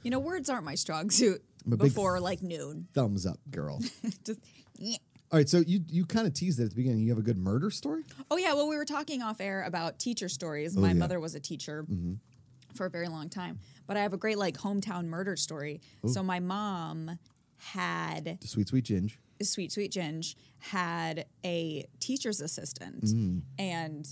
A: You know, words aren't my strong suit
B: I'm a big
A: before like noon.
B: Thumbs up, girl.
A: Just, yeah.
B: All right, so you you kind of teased it at the beginning. You have a good murder story?
A: Oh yeah, well we were talking off air about teacher stories. My
B: yeah.
A: mother was a teacher for a very long time, but I have a great like hometown murder story. So my mom had
B: Sweet, sweet Ginge.
A: sweet sweet Ginge had a teacher's assistant and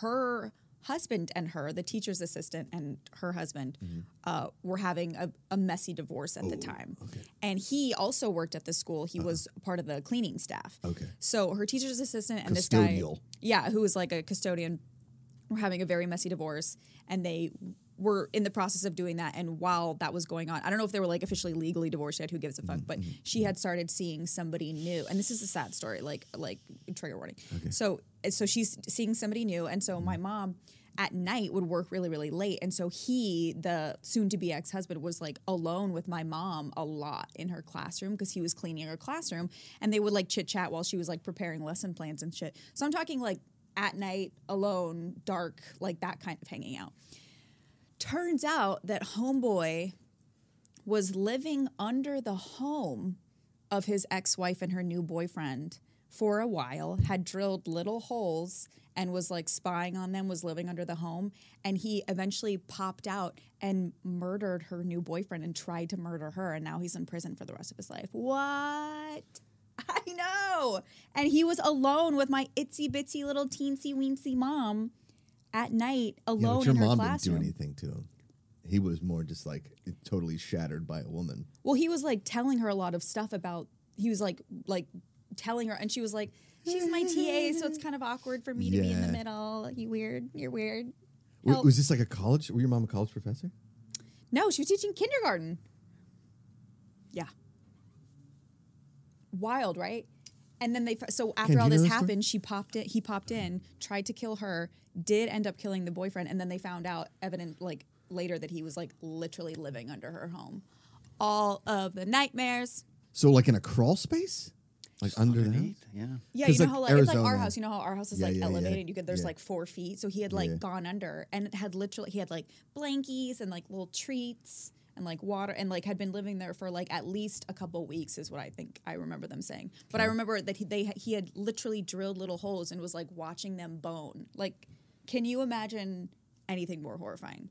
A: her husband and her the teacher's assistant and her husband uh, were having a, a messy divorce at the time and he also worked at the school he was part of the cleaning staff
B: Okay.
A: so her teacher's assistant and this guy
B: Custodial.
A: yeah who was like a custodian were having a very messy divorce and they were in the process of doing that. And while that was going on, I don't know if they were like officially legally divorced yet. Who gives a fuck? But she had started seeing somebody new, and this is a sad story. Like like trigger warning. So so she's seeing somebody new, and so my mom at night would work really really late and so he the soon to be ex-husband was like alone with my mom a lot in her classroom because he was cleaning her classroom and they would like chit chat while she was like preparing lesson plans and shit so i'm talking like at night alone dark like that kind of hanging out turns out that homeboy was living under the home of his ex-wife and her new boyfriend for a while had drilled little holes and was like spying on them was living under the home and he eventually popped out and murdered her new boyfriend and tried to murder her and now he's in prison for the rest of his life what i know and he was alone with my itsy bitsy little teensy weensy mom at night
B: Yeah,
A: alone
B: but your
A: in her
B: mom didn't
A: classroom
B: do anything to him. He was more just like totally shattered by a woman.
A: Well, he was like telling her a lot of stuff about. He was like like telling her, and she was like, "She's my TA, so it's kind of awkward for me to be in the
B: Yeah.
A: middle. You weird. You're weird."
B: W-
A: Help.
B: was this like a college? Were your mom a college professor?
A: No, she was teaching kindergarten. Yeah. Wild, right? And then they f- so after
B: do
A: all
B: you know
A: this
B: this story?
A: happened, she popped it. He popped in, tried to kill her, did end up killing the boyfriend, and then they found out evident like later that he was like literally living under her home. All of the nightmares.
B: So like in a crawl space, like under that.
D: Yeah.
A: Yeah,
B: 'Cause,
A: you know
B: like,
A: how like it's like our
B: Arizona-
A: house. You know how our house is
B: Yeah,
A: like
B: yeah, yeah.
A: elevated. You could there's
B: Yeah.
A: like four feet. So he had like
B: Yeah.
A: gone under, and it had literally he had like blankies and like little treats and like water and like had been living there for like at least a couple weeks is what I think I remember them saying. But I remember that he, they he had literally drilled little holes and was like watching them bone. Like, can you imagine anything more horrifying?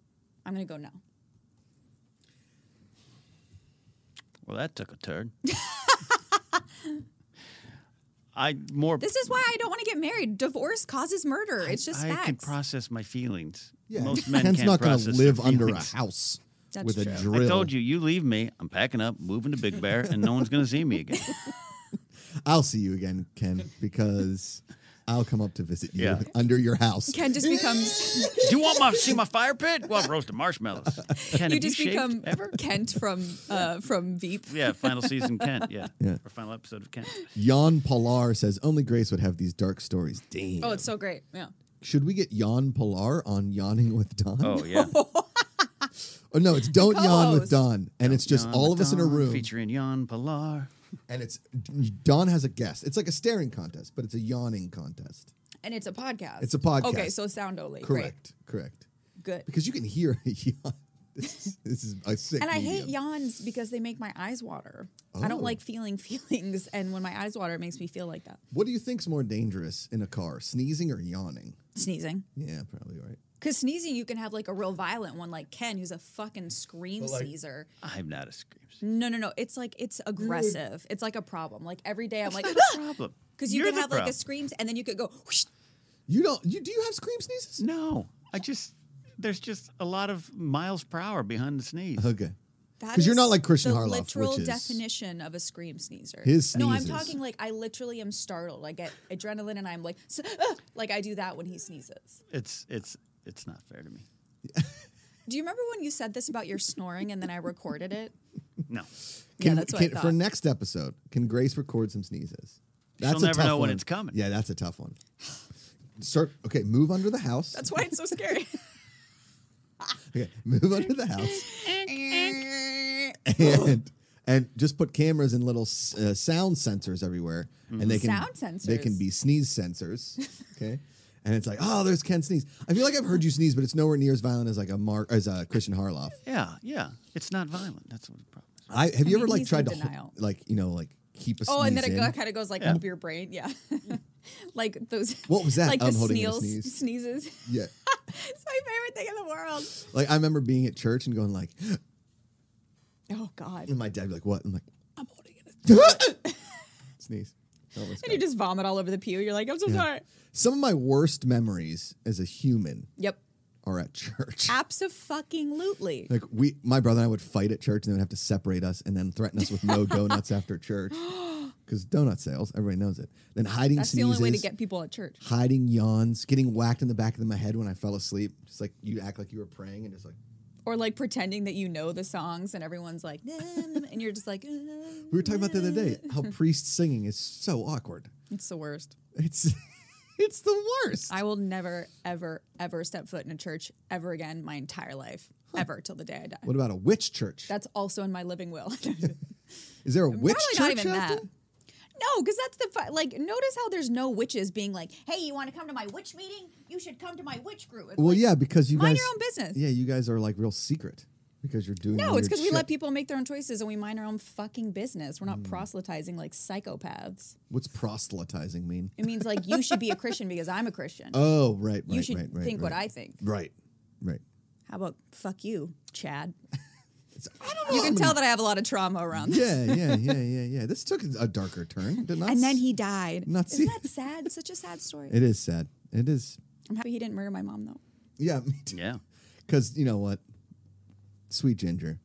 A: I'm gonna go no.
D: Well, that took a turn. I more.
A: This is why I don't want to get married. Divorce causes murder. it's just
D: I
A: facts.
D: can process my feelings.
B: Yeah,
D: Most men
B: Ken's
D: can't
B: not gonna
D: process their
B: live under a
D: feelings.
B: house
A: That's
B: with
A: true. I
B: a
D: I
B: drill.
D: told you, you leave me, I'm packing up, moving to Big Bear, and no one's going to see me again.
B: I'll see you again, Ken, because I'll come up to visit you
D: Yeah.
B: under your house.
A: Ken just becomes.
D: Do you want my see my fire pit? Well, roasted marshmallows. Ken,
A: you
D: have
A: just
D: you shaved
A: become
D: ever?
A: Kent from uh, from Veep.
D: Yeah, final season Kent. Yeah.
B: Yeah.
D: or final episode of Kent.
B: Jan Pilar says only Grace would have these dark stories. Damn.
A: Oh, it's so great. Yeah.
B: Should we get Jan Pilar on Yawning with Don?
D: Oh yeah.
B: Oh, no, it's Don't Yawn with
A: Co-host.
B: Don. And it's just
D: Jan
B: all of us in a
D: Madon
B: room.
D: featuring Jan Pilar.
B: And it's Don has a guest. It's like a staring contest, but it's a yawning contest.
A: And it's a podcast.
B: It's a podcast.
A: Okay, so sound only.
B: Correct. Correct.
A: Great. Good.
B: Because you can hear a yawn. This is, this is a sick.
A: and I hate
B: medium.
A: yawns because they make my eyes water. I
B: Oh.
A: don't like feeling feelings, and when my eyes water, it makes me feel like that.
B: What do you think's more dangerous in a car, sneezing or yawning?
A: Sneezing.
B: Yeah, probably right.
A: Because sneezing, you can have like a real violent one, like Ken, who's a fucking scream
B: But, like-
A: sneezer.
D: I'm not a screams.
A: No, no, no. It's like, it's aggressive. It's like a problem. Like every day, I'm like,
D: Problem.
A: because you
D: You're
A: could
D: the
A: have like a
D: problem.
A: scream, and then you could go, whoosh,
B: You don't. You do you have scream sneezes?
D: No, I just there's just a lot of miles per hour behind the sneeze.
B: Okay.
A: That
B: 'Cause you're
A: is
B: not like Christian
A: the
B: Harloff,
A: literal
B: which is-
A: definition of a scream sneezer.
B: His
A: No, I'm
B: sneezes.
A: talking like I literally am startled. I get adrenaline, and I'm like, "S- ah," like I do that when he sneezes.
D: It's it's it's not fair to me.
A: Do you remember when you said this about your snoring, and then I recorded it?
D: No,
A: yeah,
B: Can-
A: that's what
B: can-
A: I thought.
B: For next episode, can Grace record some sneezes? That's
D: She'll
B: a
D: never
B: tough
D: know when
B: one.
D: it's coming.
B: Yeah, that's a tough one. Start. Okay, move under the house.
A: that's why it's so scary.
B: okay, move under the house. Eh. and and just put cameras and little s- uh, sound sensors everywhere, and they can
A: Sound
B: They can
A: sensors.
B: be sneeze sensors. Okay. And it's like, oh, there's Ken sneeze. I feel like I've heard you sneeze, but it's nowhere near as violent as like a Mark as a Christian Harloff.
D: yeah, yeah. It's not violent. That's what the problem. Is.
B: I have you
A: mean,
B: ever like
A: he's in
B: tried to ho-
A: denial.
B: like you know like keep a
A: oh,
B: sneeze
A: and then it
B: in?
A: go, kind of goes like up your brain. Yeah, like those.
B: What was that?
A: Like
B: I'm
A: the
B: holding in a
A: sneals,
B: sneeze.
A: sneezes.
B: yeah.
A: it's my favorite thing in the world.
B: Like I remember being at church and going like,
A: Oh God!
B: and my dad be like, what? I'm like, I'm holding it. sneeze. That was
A: And you
B: good.
A: just vomit all over the pew. You're like, I'm so sorry.
B: Some of my worst memories as a human
A: Yep.
B: are at church.
A: Absolutely.
B: Like we, my brother and I would fight at church, and they would have to separate us, and then threaten us with no donuts after church, because donut sales, everybody knows it. Then hiding
A: That's the
B: sneezes,
A: only way to get people at church.
B: hiding yawns, getting whacked in the back of my head when I fell asleep. Just like you act like you were praying, and just like
A: Or like pretending that you know the songs and everyone's like, "Nah, nah, nah," and you're just like, "Uh."
B: We were talking about the other day how priest singing is so awkward.
A: It's the worst.
B: It's it's the worst.
A: I will never, ever, ever step foot in a church ever again my entire life, ever till the day I die.
B: what about a witch church?
A: That's also in my living will.
B: Is there a witch
A: Probably
B: church
A: not even
B: out
A: that.
B: there?
A: No, because that's the fi- like. Notice how there's no witches being like, "Hey, you want to come to my witch meeting? You should come to my witch group." It's
B: Well,
A: like,
B: yeah, because you
A: mind
B: guys
A: your own business.
B: Yeah, you guys are like real secret because you're doing.
A: No, it's
B: because
A: because we let people make their own choices and we mind our own fucking business. We're not
B: Hmm.
A: proselytizing like psychopaths.
B: What's proselytizing mean?
A: It means like you should be a Christian because I'm a Christian.
B: Oh, right, right,
A: you should
B: right, right,
A: think
B: right.
A: what I think.
B: Right, right.
A: How about fuck you, Chad? Um,
B: It's, I don't know.
A: You
B: how
A: can
B: many-
A: tell that I have a lot of trauma around this.
B: Yeah, yeah, yeah, yeah, yeah. This took a darker turn, did not.
A: And then he died.
B: Not
A: Isn't
B: see-
A: that sad? Such a sad story.
B: It is sad. It is.
A: I'm happy he didn't murder my mom though.
B: Yeah, me too.
D: Yeah.
B: Because you know what, sweet Ginger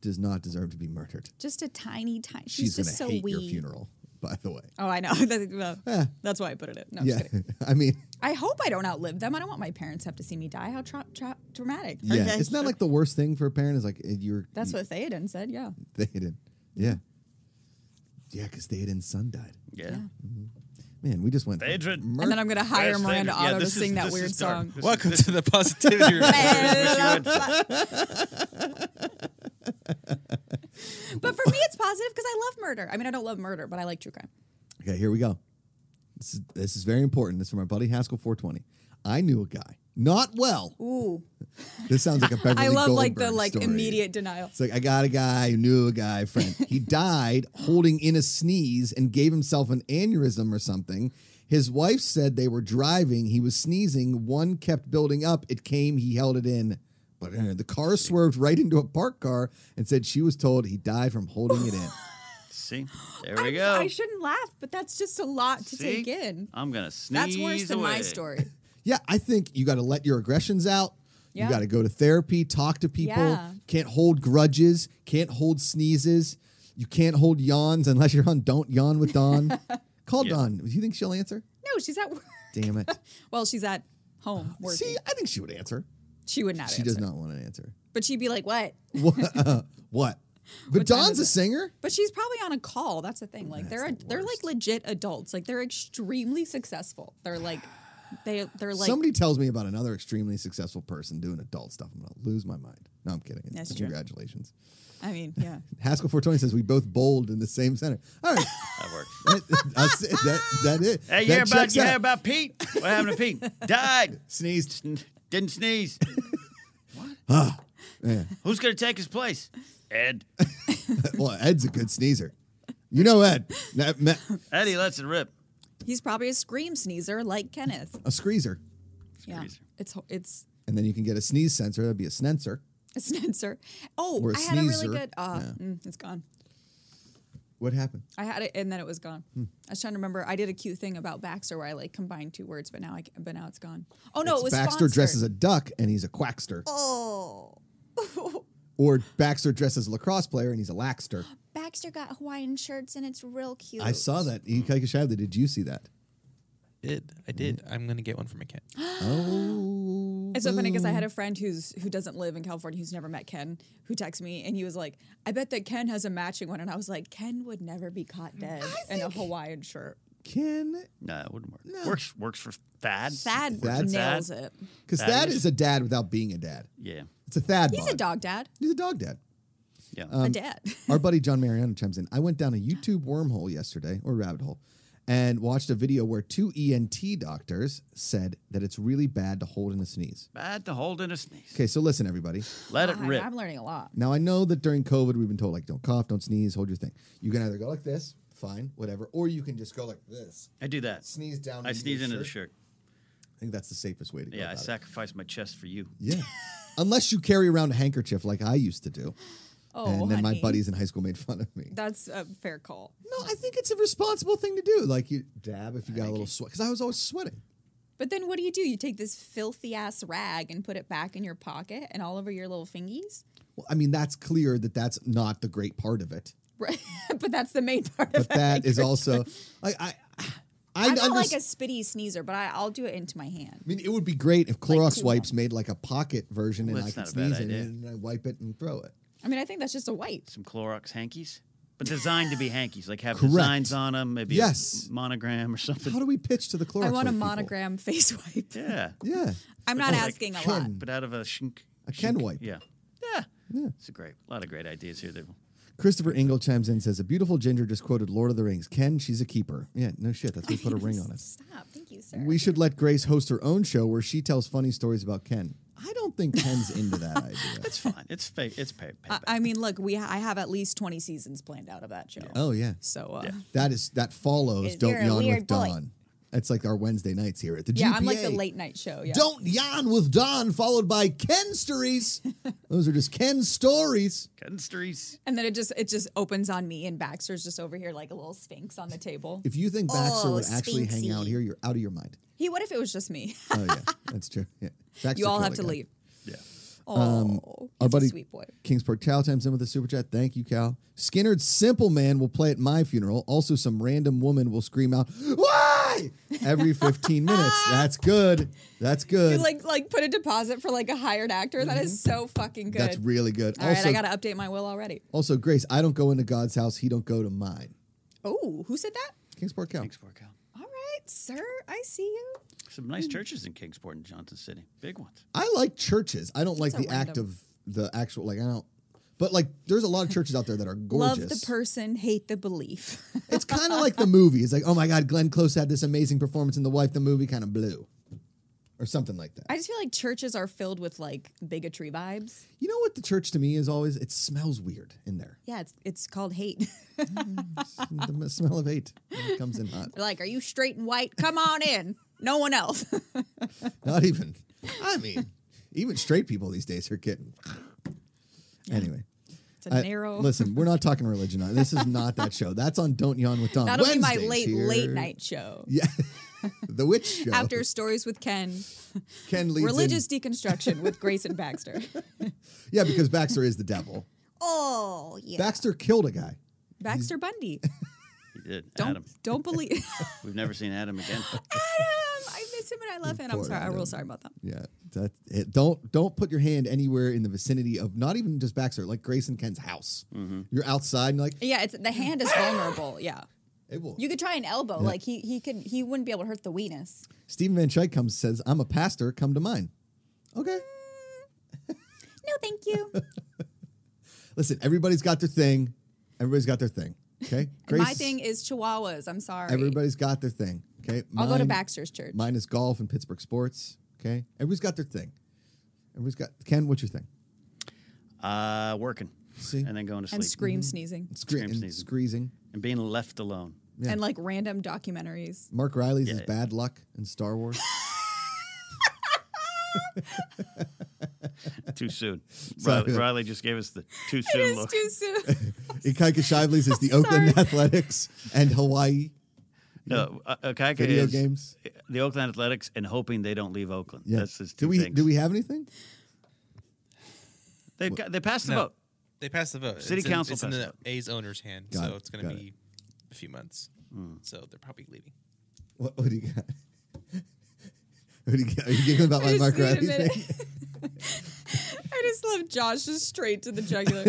B: does not deserve to be murdered.
A: Just a tiny, tiny. She's,
B: She's, gonna
A: just so
B: hate
A: wee.
B: your funeral, by the way.
A: Oh, I know. That- well, That's why I put it in. No, I'm just
B: yeah,
A: kidding.
B: I mean,
A: I hope I don't outlive them. I don't want my parents to have to see me die. How tra- tra- traumatic.
B: yeah, it's not like the worst thing for a parent is like eh, you're.
A: That's
B: you,
A: what Theoden said. Yeah.
B: Theoden. Yeah, yeah, because Theoden's son died.
D: Yeah.
B: Man, we just went. from
D: Adrian.
B: murder-
A: And then I'm gonna hire
D: Where's
A: Miranda
D: Adrian? Yeah,
A: Otto to
D: this is-
A: sing that
D: this
A: weird
D: is dark.
A: song.
D: This is-
E: Welcome
D: this
E: to the positivity. report.
A: but for me, it's positive because I love murder. I mean, I don't love murder, but I like true crime.
B: Okay, here we go. This is this is very important. This is from our buddy Haskell 420. I knew a guy, not well.
A: Ooh,
B: This sounds like a Beverly
A: I love like the
B: Goldberg
A: like
B: story.
A: immediate denial.
B: It's like I got a guy who knew a guy friend. He died holding in a sneeze and gave himself an aneurysm or something. His wife said they were driving. He was sneezing. One kept building up. It came. He held it in. But uh, the car swerved right into a parked car and said she was told he died from holding it in.
D: See, there we
A: I'm-
D: go.
A: I shouldn't laugh, but that's just a lot to
D: See?
A: take in.
D: I'm gonna sneeze.
A: That's worse than my
D: away.
A: story.
B: Yeah, I think you got to let your aggressions out.
A: Yeah.
B: You got to go to therapy, talk to people.
A: Yeah.
B: Can't hold grudges. Can't hold sneezes. You can't hold yawns unless you're on Don't Yawn with Dawn. Call
D: Yeah.
B: Dawn. Do you think she'll answer?
A: No, she's at work.
B: Damn it.
A: Well, she's at home working.
B: See, I think she would answer.
A: she would not.
B: She
A: answer.
B: does not want an answer.
A: But she'd be like, "What?"
B: What? uh, what? But
A: What time
B: Dawn's
A: is
B: a
A: it?
B: singer.
A: But she's probably on a call. That's the thing. Like they're
B: the
A: they're like
B: worst.
A: legit adults. Like they're extremely successful. They're like they they're like
B: Somebody tells me about another extremely successful person doing adult stuff. I'm gonna lose my mind. No, I'm kidding.
A: That's true.
B: Congratulations.
A: I mean, yeah.
B: Haskell 420 says we both bowled in the same center. All right.
D: That works.
B: that, that's it. that, that it.
D: Hey, you
B: That
D: hear about
B: checks
D: you
B: out.
D: hear about Pete? What happened to Pete? Died.
B: sneezed.
D: Didn't sneeze. Ah,
B: Yeah.
D: Who's gonna take his place? Ed.
B: Well, Ed's a good sneezer. You know Ed. Na- ma-
D: Eddie lets it rip.
A: He's probably a scream sneezer like Kenneth.
B: A squeezer.
A: Yeah.
D: Sneezer.
A: It's ho- it's
B: And then you can get a sneeze sensor. That'd be a snenser.
A: a sneezer. Oh,
B: Or a
A: I had a really
B: sneezer.
A: good uh mm, it's gone.
B: What happened?
A: I had it and then it was gone.
B: Hmm.
A: I was trying to remember. I did a cute thing about Baxter where I like combined two words, but now I c- but now it's gone. Oh no,
B: It's
A: it was
B: Baxter
A: sponsored.
B: dresses a duck and he's a quackster.
A: Oh.
B: Or Baxter dresses a lacrosse player and he's a laxter.
A: Baxter got Hawaiian shirts and it's real cute.
B: I saw that. Ikaika Shabda, did you see that?
E: did I did? I'm gonna get one for my cat.
B: Oh.
A: It's so funny because I had a friend who's who doesn't live in California, who's never met Ken, who texted me and he was like, "I bet that Ken has a matching one," and I was like, "Ken would never be caught dead in a Hawaiian shirt."
B: Ken.
D: No, it wouldn't work. Works works for Thad.
A: Thad
B: Thad?
A: nails
D: Thad?
A: it.
B: Because
D: Thad
B: Thad
D: is-
B: is a dad without being a dad.
D: Yeah.
B: It's a Thad
A: He's
B: bod.
A: a dog dad,
B: He's a dog dad.
D: Yeah.
B: Um,
A: a dad.
B: Our buddy John Mariano chimes in. I went down a YouTube wormhole yesterday, or rabbit hole, and watched a video where two ENT doctors said that it's really bad to hold in a sneeze.
D: Bad to hold in a sneeze.
B: Okay, so listen, everybody.
D: Let it
A: I-
D: rip.
A: I'm learning a lot.
B: Now I know that during COVID we've been told like don't cough, don't sneeze, hold your thing. You can either go like this, fine, whatever, or you can just go like this,
D: I do that.
B: sneeze down.
D: I
B: into
D: sneeze
B: your
D: into the shirt.
B: I think that's the safest way to go.
D: Yeah, I
B: about it.
D: sacrifice my chest for you.
B: Yeah. Unless you carry around a handkerchief like I used to do,
A: Oh,
B: and then my
A: honey.
B: buddies in high school made fun of me.
A: That's a fair call.
B: No, I think it's a responsible thing to do. Like you dab if you got a little sweat, because I was always sweating.
A: But then what do you do? You take this filthy ass rag and put it back in your pocket and all over your little fingies.
B: Well, I mean, that's clear that that's not the great part of it,
A: Right. but that's the main part
B: but
A: of it.
B: that is also like I.
A: I
B: I,
A: am not
B: understand.
A: like a spitty sneezer, but I, I'll do it into my hand.
B: I mean, it would be great if Clorox
A: cool.
B: wipes made like a pocket version,
D: Well,
B: and I
D: that's
B: could
D: not a bad
B: sneeze in
D: idea.
B: it, and I wipe it and throw it.
A: I mean, I think that's just a white.
D: Some Clorox hankies, but designed to be hankies, like have
B: Correct.
D: designs on them, maybe a
B: Yes.
D: monogram or something.
B: How do we pitch to the Clorox?
A: I want a
B: white people? Oh
A: monogram face wipe.
D: yeah,
B: Yeah,
A: I'm not
D: Like
A: asking a lot.
B: Ken.
D: but out of a shink,
B: A Ken wipe.
D: Yeah, yeah, yeah. It's a great, a lot of great ideas here. That
B: Christopher Engel chimes in and says, "A beautiful ginger just quoted Lord of the Rings. Ken, she's a keeper. Yeah, no shit. That's why we put a ring on it.
A: Stop. Thank you, sir.
B: We should let Grace host her own show where she tells funny stories about Ken. I don't think Ken's into that idea.
D: it's fine. It's fa- it's pay-
A: I,
D: payback.
A: I mean, look, we ha- I have at least 20 seasons planned out of that show.
B: Oh yeah,
A: So, uh, yeah.
B: that is that follows.
A: You're
B: don't
A: a
B: yawn with
A: weird boy.
B: Dawn. That's like our Wednesday nights here at the GPA.
A: I'm like the late night show. Yeah.
B: Don't yawn with Don, followed by Ken stories. Those are just Ken stories.
D: Ken Streets.
A: And then it just it just opens on me, and Baxter's just over here like a little sphinx on the table.
B: If you think Baxter
A: Oh,
B: would actually hang out
A: Sphinxy.
B: here, you're out of your mind.
A: He, what if it was just me?
B: Oh yeah, that's true. Yeah, Baxter
A: you all
B: killed
A: have
B: that
A: to
B: guy.
A: leave.
D: Yeah.
A: Oh, he's
B: Um, Our
A: a
B: buddy
A: sweet boy.
B: Kingsport Cal times in with a super chat. Thank you, Cal. Skinnered's Simple Man will play at my funeral. Also, some random woman will scream out, Why? Every 15 minutes. That's good. That's
A: You
B: good.
A: like like put a deposit for like a hired actor. That is so fucking good.
B: Mm-hmm. That's really good.
A: All right,
B: also,
A: I gotta update my will already.
B: also, Grace, I don't go into God's house. He don't go to mine.
A: Oh, who said that?
B: Kingsport Cal.
D: Kingsport, Cal.
A: All right, sir, I see you.
D: Some nice churches in Kingsport and Johnson City. Big ones.
B: I like churches. I don't like
A: That's
B: the
A: a
B: act
A: random-
B: of the actual, like, I don't. But like, there's a lot of churches out there that are gorgeous.
A: Love the person, hate the belief.
B: it's kind of like the movie. It's like, oh my God, Glenn Close had this amazing performance in The Wife. The movie kind of blew, or something like that.
A: I just feel like churches are filled with like bigotry vibes.
B: You know what the church to me is always? It smells weird in there.
A: Yeah, it's it's called hate.
B: the m- smell of hate it comes in hot.
A: They're like, are you straight and white? Come on in. No one else.
B: Not even. I mean, even straight people these days are getting. Anyway.
A: It's a
B: I-
A: narrow.
B: listen, we're not talking religion. on- This is not that show. That's on Don't Yawn with Don.
A: That'll be my
B: Wednesdays
A: late
B: here.
A: late night show.
B: Yeah. the witch show.
A: After stories with Ken,
B: Ken leads in-
A: religious deconstruction with Grayson Baxter.
B: Yeah, because Baxter is the devil.
A: Oh yeah,
B: Baxter killed a guy.
A: Baxter Bundy.
D: He did.
A: Don't
D: Adam.
A: don't believe
D: We've never seen Adam again.
A: Adam. I miss him and I love him. I'm
B: Poor
A: sorry. I'm
B: Adam.
A: real sorry about that.
B: Yeah, that it, don't don't put your hand anywhere in the vicinity of not even just Baxter, like Grace and Ken's house.
A: Mm-hmm.
B: You're outside and like
A: Yeah, it's the hand is vulnerable. Yeah,
B: it will.
A: you could try an elbow. Like he he could he wouldn't be able to hurt the weenus.
B: Stephen Van Schaik comes says, "I'm a pastor. Come to mine." Okay,
A: No, thank you.
B: listen, everybody's got their thing. Everybody's got their thing. Okay, Grace.
A: My thing is chihuahuas. I'm sorry.
B: Everybody's got their thing. Okay,
A: I'll go to
B: Mine-
A: Baxter's church.
B: Mine is golf and Pittsburgh sports. Okay, everybody's got their thing. Everybody's got Ken. What's your thing?
D: Uh, working.
B: See?
D: And then going to sleep.
A: and scream sneezing
B: Scre-
D: Scream
B: and
D: sneezing.
B: Screezing.
D: And being left alone.
B: Yeah.
A: and like random documentaries.
B: Mark Riley's is
D: yeah.
B: bad luck in Star Wars.
D: Too soon.
B: Sorry.
D: Riley, Riley just gave us the too
A: It
D: soon
A: is
D: look.
A: too soon.
B: Ikaika Shively's is the Oakland
A: Sorry.
B: Athletics and Hawaii
D: No, uh, Akaika
B: video
D: is
B: games.
D: the Oakland Athletics and hoping they don't leave Oakland.
B: Yeah.
D: That's his two
B: do we
D: things.
B: do we have anything?
D: They've got, they passed the
E: No.
D: vote.
E: They passed the vote.
D: City
E: it's
D: council
E: In, it's in
D: passed
E: the
D: it.
E: A's owner's hand,
B: Got
E: so
B: it,
E: it's going to
B: got
E: be a few months.
A: Hmm.
E: So they're probably leaving.
B: What, what do you got? What do you got? Are you giggling about
A: I
B: my
A: just
B: Mark
A: need a
B: Riley
A: minute.
B: thing?
A: I just love Josh just straight to the jugular.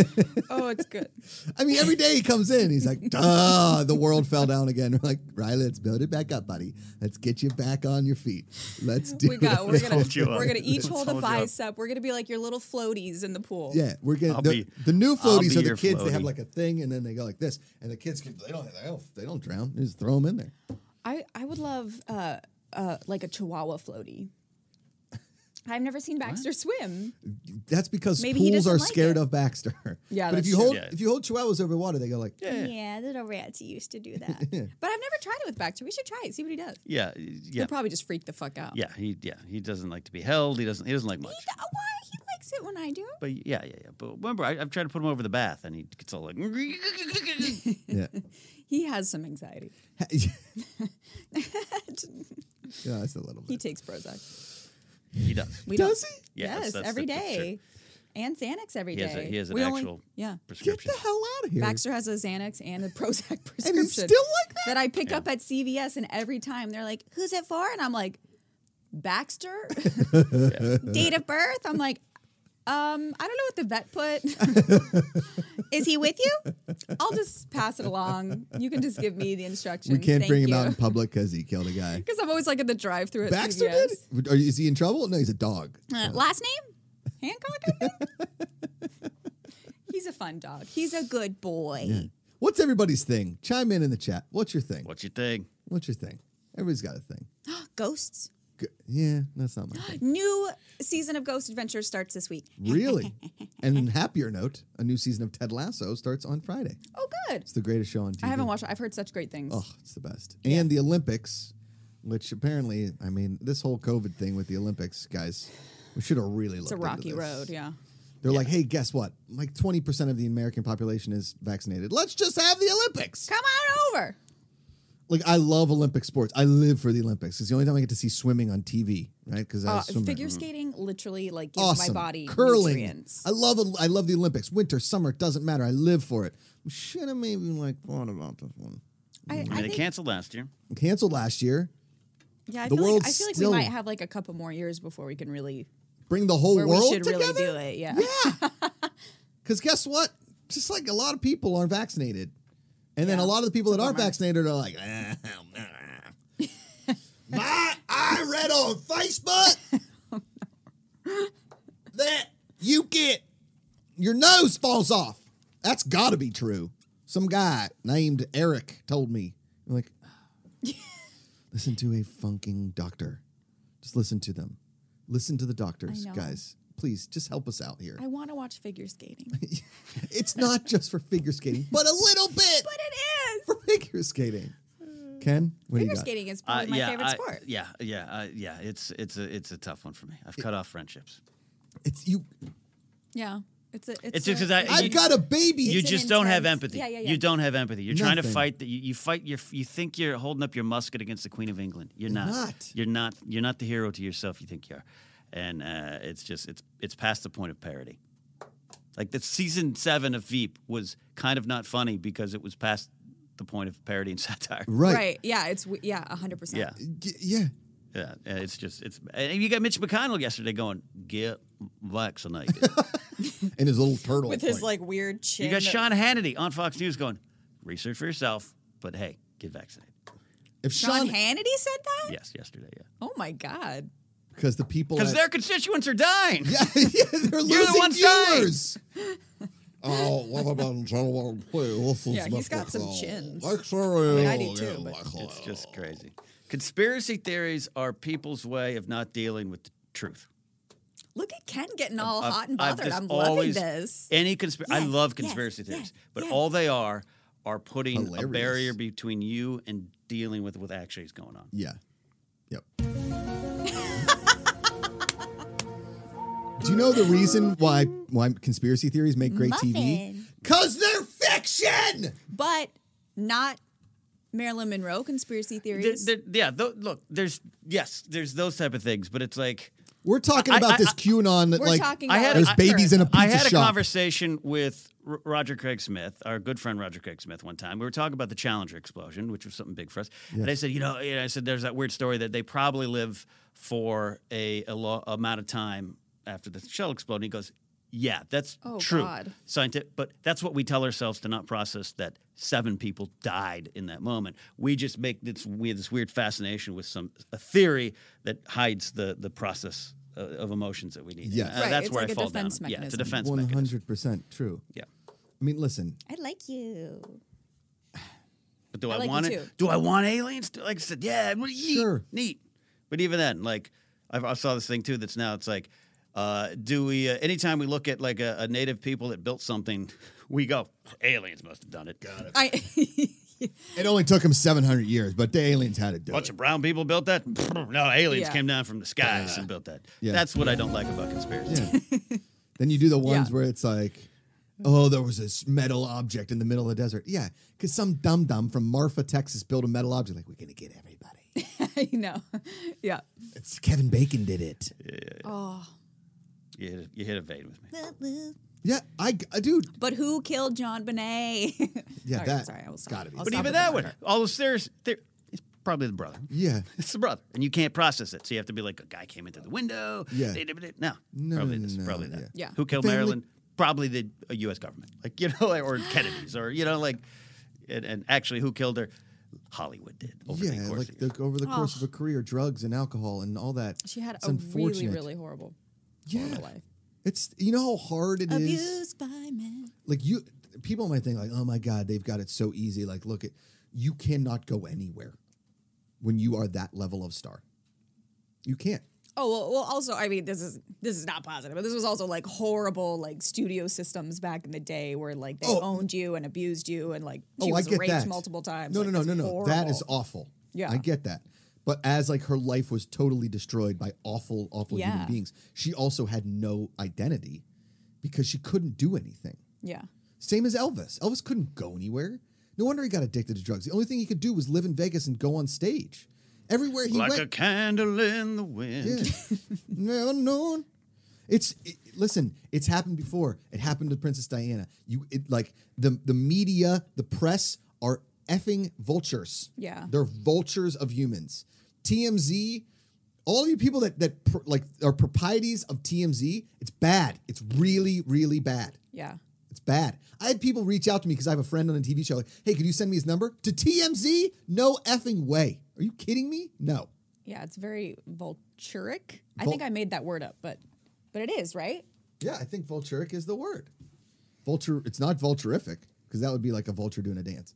A: oh, it's good.
B: I mean, every day he comes in, he's like, "Duh, the world fell down again." We're like, Riley, let's build it back up, buddy. Let's get you back on your feet. Let's do.
A: We got. We're
B: it."
A: gonna.
D: hold you up.
A: We're gonna each
D: Let's
A: hold a
D: hold you up.
A: bicep. We're gonna be like your little floaties in the pool.
B: Yeah, we're gonna.
D: I'll
B: The,
D: be-
B: the new
D: I'll
B: floaties
D: be
B: are the
D: your
B: kids. They have
D: floaty.
B: like a thing, and then they go like this, and the kids can, they don't they don't they don't drown. They just throw them in there.
A: I I would love uh uh like a Chihuahua floaty. I've never seen Baxter swim.
B: That's because
A: Maybe he
B: pools
A: doesn't
B: are
A: like
B: scared
A: it.
B: of Baxter.
A: Yeah,
B: but if
A: that's
B: you
A: true.
B: hold
D: Yeah.
B: if you hold chihuahuas over water, they go like,
D: Yeah.
A: little rats used to do that. But I've never tried it with Baxter. We should try it. See what he does.
D: Yeah, yeah,
A: He'll probably just freak the fuck out.
D: yeah. He yeah he doesn't like to be held. He doesn't he doesn't like much.
A: He, oh, why he likes it when I do.
D: But yeah, yeah, yeah. But remember, I, I've tried to put him over the bath, and he gets all like.
B: yeah.
A: He has some anxiety.
B: yeah, that's a little
A: He
B: bit.
A: takes Prozac.
D: he does.
A: We
B: Does
A: don't.
B: he?
D: Yeah, that's-
A: yes,
D: that's
A: every
D: the picture.
A: day. and Xanax every
D: He
A: day.
D: has a- he has an
A: We only-
D: actual
A: yeah.
B: Get
D: prescription.
B: the hell out of here.
A: Baxter has a Xanax and a Prozac prescription.
B: and it's still like that.
A: that I pick up at CVS, and every time they're like, "Who's it for?" and I'm like, "Baxter." Date of birth. I'm like, um, I don't know what the vet put. Is he with you? I'll just pass it along. You can just give me the instructions.
B: we can't
A: Thank
B: bring him
A: you.
B: out in public because he killed a guy.
A: because I'm always like at the drive-through at
B: Baxter
A: CVS.
B: did? Are, is he in trouble? No, he's a dog.
A: Uh, last name Hancock. I think. He's a fun dog. He's a good boy.
B: What's everybody's thing? Chime in in the chat. What's your thing?
D: What you think?
B: What's your thing? Everybody's got a thing.
A: Ghosts.
B: G- Yeah, that's not my thing.
A: New season of Ghost Adventures starts this week.
B: Really? and in happier note, a new season of Ted Lasso starts on Friday.
A: Oh, good.
B: It's the greatest show on TV.
A: I haven't watched it. I've heard such great things.
B: Oh, it's the best. And the Olympics, which apparently, I mean, this whole COVID thing with the Olympics, guys, we should have really looked
A: it's a rocky
B: into this.
A: road, yeah.
B: They're like, hey, guess what? Like 20% of the American population is vaccinated. Let's just have the Olympics.
A: Come on over.
B: Like, I love Olympic sports. I live for the Olympics. It's the only time I get to see swimming on TV, right? Because I
A: Uh,
B: swim.
A: figure skating literally like gives
B: awesome.
A: my body
B: Curling.
A: nutrients.
B: I love I love the Olympics. Winter, summer, doesn't matter. I live for it. Should have maybe like thought about this one.
D: I
A: I, I
D: mean,
A: think,
D: they canceled last year.
B: Canceled last year.
A: yeah, I
B: the
A: feel like,
B: world's
A: I feel like
B: still-
A: we might have like a couple more years before we can really
B: Bring the whole
A: where
B: world
A: we should
B: together.
A: really do it. Yeah.
B: Because guess what? Just like a lot of people aren't vaccinated. And then a
A: Yeah,
B: lot of the people
A: it's
B: that
A: a
B: aren't
A: bummer.
B: vaccinated are like, "Ah, nah." My, I read on Facebook
A: Oh,
B: that you get your nose falls off. That's got to be true. Some guy named Eric told me. I'm like, listen to a funking doctor. Just listen to them. Listen to the doctors,
A: know.
B: guys. Please, just help us out here
A: I want to watch figure skating.
B: it's not just for figure skating, but a little bit
A: but it is.
B: for figure skating. Ken, what do
A: Figure
B: you got?
A: skating is
D: Uh,
A: probably my
D: yeah,
A: favorite
D: I-
A: sport.
D: Yeah, yeah, uh, yeah. It's it's a it's a tough one for me. I've cut off friendships.
B: It's you.
A: Yeah. It's a
D: It's
A: a-
D: just 'cause I-
A: it's
D: I
B: I've
D: you-
B: got a baby.
D: you
A: It's an
D: just don't have
A: intense-
D: empathy.
A: yeah, yeah, yeah.
D: You don't have empathy. You're trying to
B: Nothing.
D: fight. The, you, you fight. Your, you think you're holding up your musk against the Queen of England. You're not.
B: not.
D: You're not. You're not the hero to yourself. You think you are, and uh, it's just it's it's past the point of parody. Like the season seven of Veep was kind of not funny because it was past the point of parody and satire.
B: right.
A: right. Yeah. It's w- yeah. hundred percent.
D: Yeah,
B: Y- yeah.
D: yeah. uh, It's just it's. And you got Mitch McConnell yesterday going get vaccinated.
B: And his little turtle.
A: With his
B: point.
A: like weird chin.
D: you got
A: that-
D: Sean Hannity on Fox News going research for yourself, but hey, get vaccinated.
B: if
A: Sean
B: Sean,
A: Hannity said that.
D: Yes, yesterday. Yeah.
A: Oh my god.
B: because the people
D: Because
B: at-
D: their constituents are dying.
B: yeah, yeah, they're
D: You're the
B: losing
D: ones dying.
B: viewers.
F: Oh, what about General Play?
A: Yeah, he's got some chins.
F: Like, sorry.
A: I do too, but-
D: It's just crazy. Conspiracy theories are people's way of not dealing with the truth.
A: Look at Ken getting all
D: I've-
A: Oh, hot and
D: I've
A: bothered.
D: just
A: I'm loving
D: always-
A: this.
D: Any conspiracy, I
A: Yes,
D: love
A: yes,
D: conspiracy
A: yes,
D: theories, but
A: yes.
D: all they are are putting a
B: Hilarious.
D: barrier between you and dealing with what actually is going on.
B: Yeah. Yep. Do you know the reason why why conspiracy theories make great TV?
A: Muffin.
B: Cause they're fiction.
A: but not Marilyn Monroe conspiracy
D: There-
A: theories.
D: there- yeah, tho- look, there's yes, there's those type of things, but it's like
B: We're talking
D: I-
B: about
D: I-
B: this
D: I-
B: QAnon that
A: We're
B: like
A: talking
D: I had
A: about
B: there's babies in a pizza
D: I had a
B: shop.
D: conversation with R- Roger Craig Smith, our good friend Roger Craig Smith, one time. We were talking about the Challenger explosion, which was something big for us. And I said, you know, and I said, there's that weird story that they probably live for a, a lo- amount of time after the shell exploded. He goes, yeah, that's
A: Oh,
D: true.
A: God.
D: Scientific, but that's what we tell ourselves to not process that seven people died in that moment. We just make this we have this weird fascination with some a theory that hides the the process uh, of emotions that we need.
B: Yes.
D: Uh,
A: Right,
D: that's
A: it's
D: where
A: like
D: I
A: a
D: fall
A: defense
D: down. Yeah, it's a
A: mechanism.
D: defense
B: One
D: mechanism.
B: hundred percent true.
D: Yeah.
B: I mean, listen.
A: I like you.
D: But do
A: I
D: I,
A: like it
D: want it?
A: too.
D: Do I want aliens? Do- Like I said, yeah, neat,
B: Sure.
D: neat. But even then, like I've, I saw this thing too. That's now it's like, uh, do we? Uh, anytime we look at like a, a native people that built something, we go aliens must have done it. Got it.
A: I
B: It only took him 700 years, but the aliens had to do
D: Bunch
B: it.
D: of brown people built that. No, aliens
A: Yeah.
D: came down from the skies and built that.
B: Yeah.
D: That's what I don't like about conspiracy.
B: Yeah. then you do the ones
A: Yeah.
B: where it's like, oh, there was this metal object in the middle of the desert. Yeah, because some dum dum from Marfa, Texas built a metal object. Like, we're going to get everybody.
A: I know. Yeah.
B: it's Kevin Bacon did it.
A: Oh.
D: You hit, a, you hit a vein with me.
B: Yeah, I, g- uh, dude.
A: But who killed John Bonet?
B: Yeah,
A: All right,
B: that
A: sorry, I will stop.
B: gotta be.
A: I'll
D: But
A: stop
D: even
A: it
D: that
A: there.
D: one, all those stairs, they're- it's probably the brother.
B: Yeah,
D: It's the brother, and you can't process it. So you have to be like, a guy came into the window.
B: Yeah.
D: They did it. No,
B: No,
D: probably
B: no,
D: this,
B: no,
D: probably that.
B: yeah.
A: Yeah.
D: Who killed
B: Family-
D: Maryland? Probably the uh, U.S. government, like you know, or Kennedy's, or you know, like, and, and actually, who killed her? Hollywood did. Over
B: yeah.
D: the course
B: like
D: of
B: the,
D: years.
B: over the course of
A: Oh.
B: a career, drugs and alcohol and all that.
A: She had
B: It's
A: a really,
B: unfortunate.
A: really horrible,
B: yeah.
A: horrible life.
B: It's you know how hard it is.
A: Abused by men.
B: Like you, people might think like, oh my god, they've got it so easy. Like, look, it, you cannot go anywhere when you are that level of star. You can't.
A: Oh well, well. Also, I mean, this is this is not positive, but this was also like horrible, like studio systems back in the day where like they
B: Oh.
A: owned you and abused you, and like she
B: oh,
A: was
B: I get
A: raped
B: that.
A: multiple times.
B: No,
A: Like,
B: no, no,
A: it's
B: no, no. That is
A: horrible.
B: awful.
A: Yeah.
B: I get that. But as like her life was totally destroyed by awful, awful
A: Yeah.
B: human beings, she also had no identity because she couldn't do anything.
A: Yeah,
B: Same as Elvis. Elvis couldn't go anywhere. No wonder he got addicted to drugs. The only thing he could do was live in Vegas and go on stage. Everywhere he
D: like
B: went,
D: a candle in the wind.
B: no, no. Mm. It's it, listen. It's happened before. It happened to Princess Diana. You it, like the the media, the press are effing vultures.
A: Yeah.
B: they're vultures of humans. TMZ, all you people that that pr- like are proprieties of TMZ. It's bad. It's really, really bad.
A: yeah.
B: It's bad. I had people reach out to me because I have a friend on a TV show. Like, hey, could you send me his number to TMZ? No effing way. Are you kidding me? No.
A: Yeah, it's very vulturic. I
B: Vul-
A: think I made that word up, but but it is right.
B: Yeah, I think vulturic is the word. Vulture. It's not vulturific because that would be like a vulture doing a dance.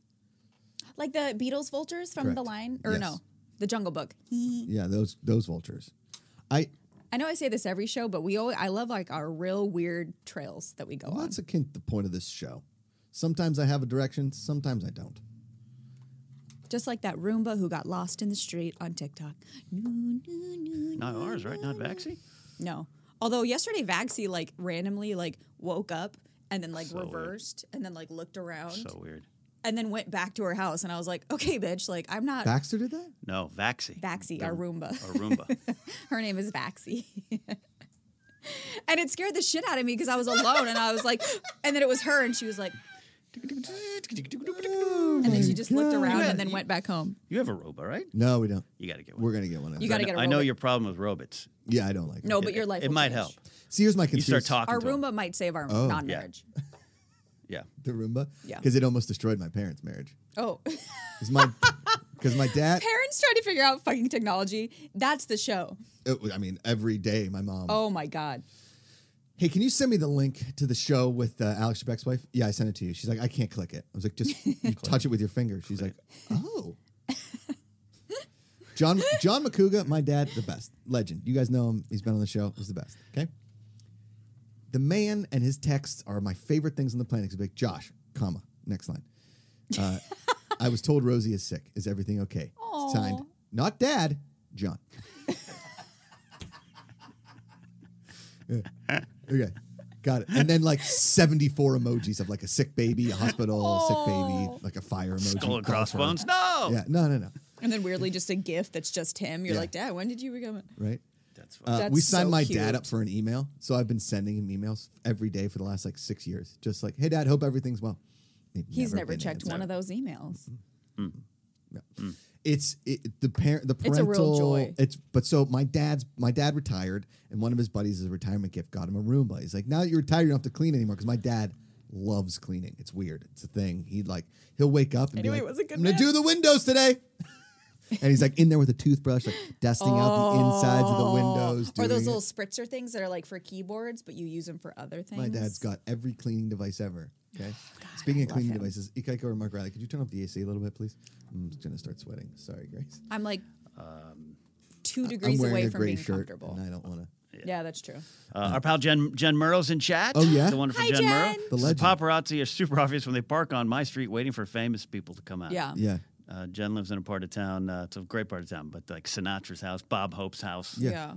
A: Like the Beatles vultures from the
B: Correct.
A: line, or
B: Yes.
A: no, the Jungle Book.
B: Yeah, those those vultures. I
A: I know I say this every show, but we always I love like our real weird trails that we go
B: well,
A: on.
B: that's akin to the point of this show. Sometimes I have a direction. Sometimes I don't.
A: Just like that Roomba who got lost in the street on TikTok. No, no, no,
D: Not ours, right? Not Vaxi.
A: No. Although yesterday Vaxi like randomly like woke up and then like
D: So weird.
A: reversed and then like looked around
D: So weird.
A: and then went back to her house and I was like, okay, bitch, like I'm not
B: Baxter did that.
D: No, Vaxi.
A: Vaxi, our Roomba.
D: Or Roomba.
A: her name is Vaxi. and it scared the shit out of me because I was alone and I was like, and then it was her and she was like, and then she just
B: Oh
A: looked around and then went back home.
D: you have a Roba, right?
B: No, we don't.
D: You got to get one.
B: We're gonna get one.
A: You gotta
D: I
A: get
D: know,
A: a
D: I know
A: robot.
D: your problem with robots.
B: Yeah, I don't like.
A: No,
B: It.
A: but your life
D: It
A: will
D: might
A: change.
D: help.
B: See, here's my
D: You
B: conspiracy.
D: start talking.
A: Our
D: to 'em.
A: Roomba might save our
B: Oh.
A: non-marriage.
D: Yeah.
B: the Roomba.
A: Yeah.
B: Because it almost destroyed my parents' marriage.
A: Oh,
B: Because my, because my dad.
A: parents trying to figure out fucking technology. That's the show.
B: It was, I mean, every day my mom.
A: Oh my god.
B: Hey, can you send me the link to the show with uh, Alex Trebek's wife? Yeah, I sent it to you. She's like, I can't click it. I was like, just you touch it with your finger. She's like, oh. John John McCouga, my dad, the best legend. You guys know him. He's been on the show. He's the best. Okay. The man and his texts are my favorite things on the planet. He's like, Josh, comma, next line. Uh, I was told Rosie is sick. Is everything okay?
A: Aw.
B: Signed, not dad, John. Okay. Got it. And then like 74 emojis of like a sick baby, a hospital, sick
A: Oh.
B: baby, like a fire emoji.
D: Skull and
B: Alpha.
D: crossbones. No.
B: Yeah. No, no, no.
A: And then weirdly, just a gift that's just him. You're
B: Yeah.
A: like, Dad, when did you become? A-?
B: Right.
D: That's fine.
B: Uh,
A: That's
B: we signed
A: so
B: my
A: cute.
B: dad up for an email. So I've been sending him emails every day for the last like six years. Just like, hey, dad, hope everything's well. They've
A: He's never
B: been
A: checked
B: answered.
A: one of those emails.
B: It's it, the parent, the
A: It's a
B: parental.
A: real joy.
B: It's but so my dad's my dad retired, and one of his buddies as a retirement gift got him a Roomba. He's like, now that you're retired, you don't have to clean anymore because my dad loves cleaning. It's weird. It's a thing. He would like he'll wake up and
A: I knew
B: be
A: he
B: like,
A: was a good
B: I'm gonna
A: man."
B: do the windows today. and he's like in there with a toothbrush, like dusting out the insides of the windows.
A: or those
B: doing it.
A: little spritzer things that are like for keyboards, but you use them for other things. Oh,
B: My dad's got every cleaning device ever. Okay. Speaking of
A: love
B: cleaning
A: him.
B: devices, Ikeiko or Mark Riley, could you turn off the AC a little bit, please? I'm just gonna start sweating. Sorry, Grace.
A: I'm like two
B: I'm
A: degrees
B: wearing
A: away
B: a
A: from
B: gray
A: being
B: shirt,
A: comfortable.
B: and I don't want to.
A: yeah, that's true.
D: Uh, our pal Jen Jen Murrow's in chat.
B: Oh, yeah?
D: the wonderful
A: Hi,
D: Jen, Murrow.
A: Jen.
B: The legend.
D: Says, paparazzi are super obvious when they park on my street, waiting for famous people to come out.
A: Yeah.
B: Yeah.
D: Uh, Jen lives in a part of town. Uh, it's a great part of town, but like Sinatra's house, Bob Hope's house.
A: Yeah.
B: Yeah.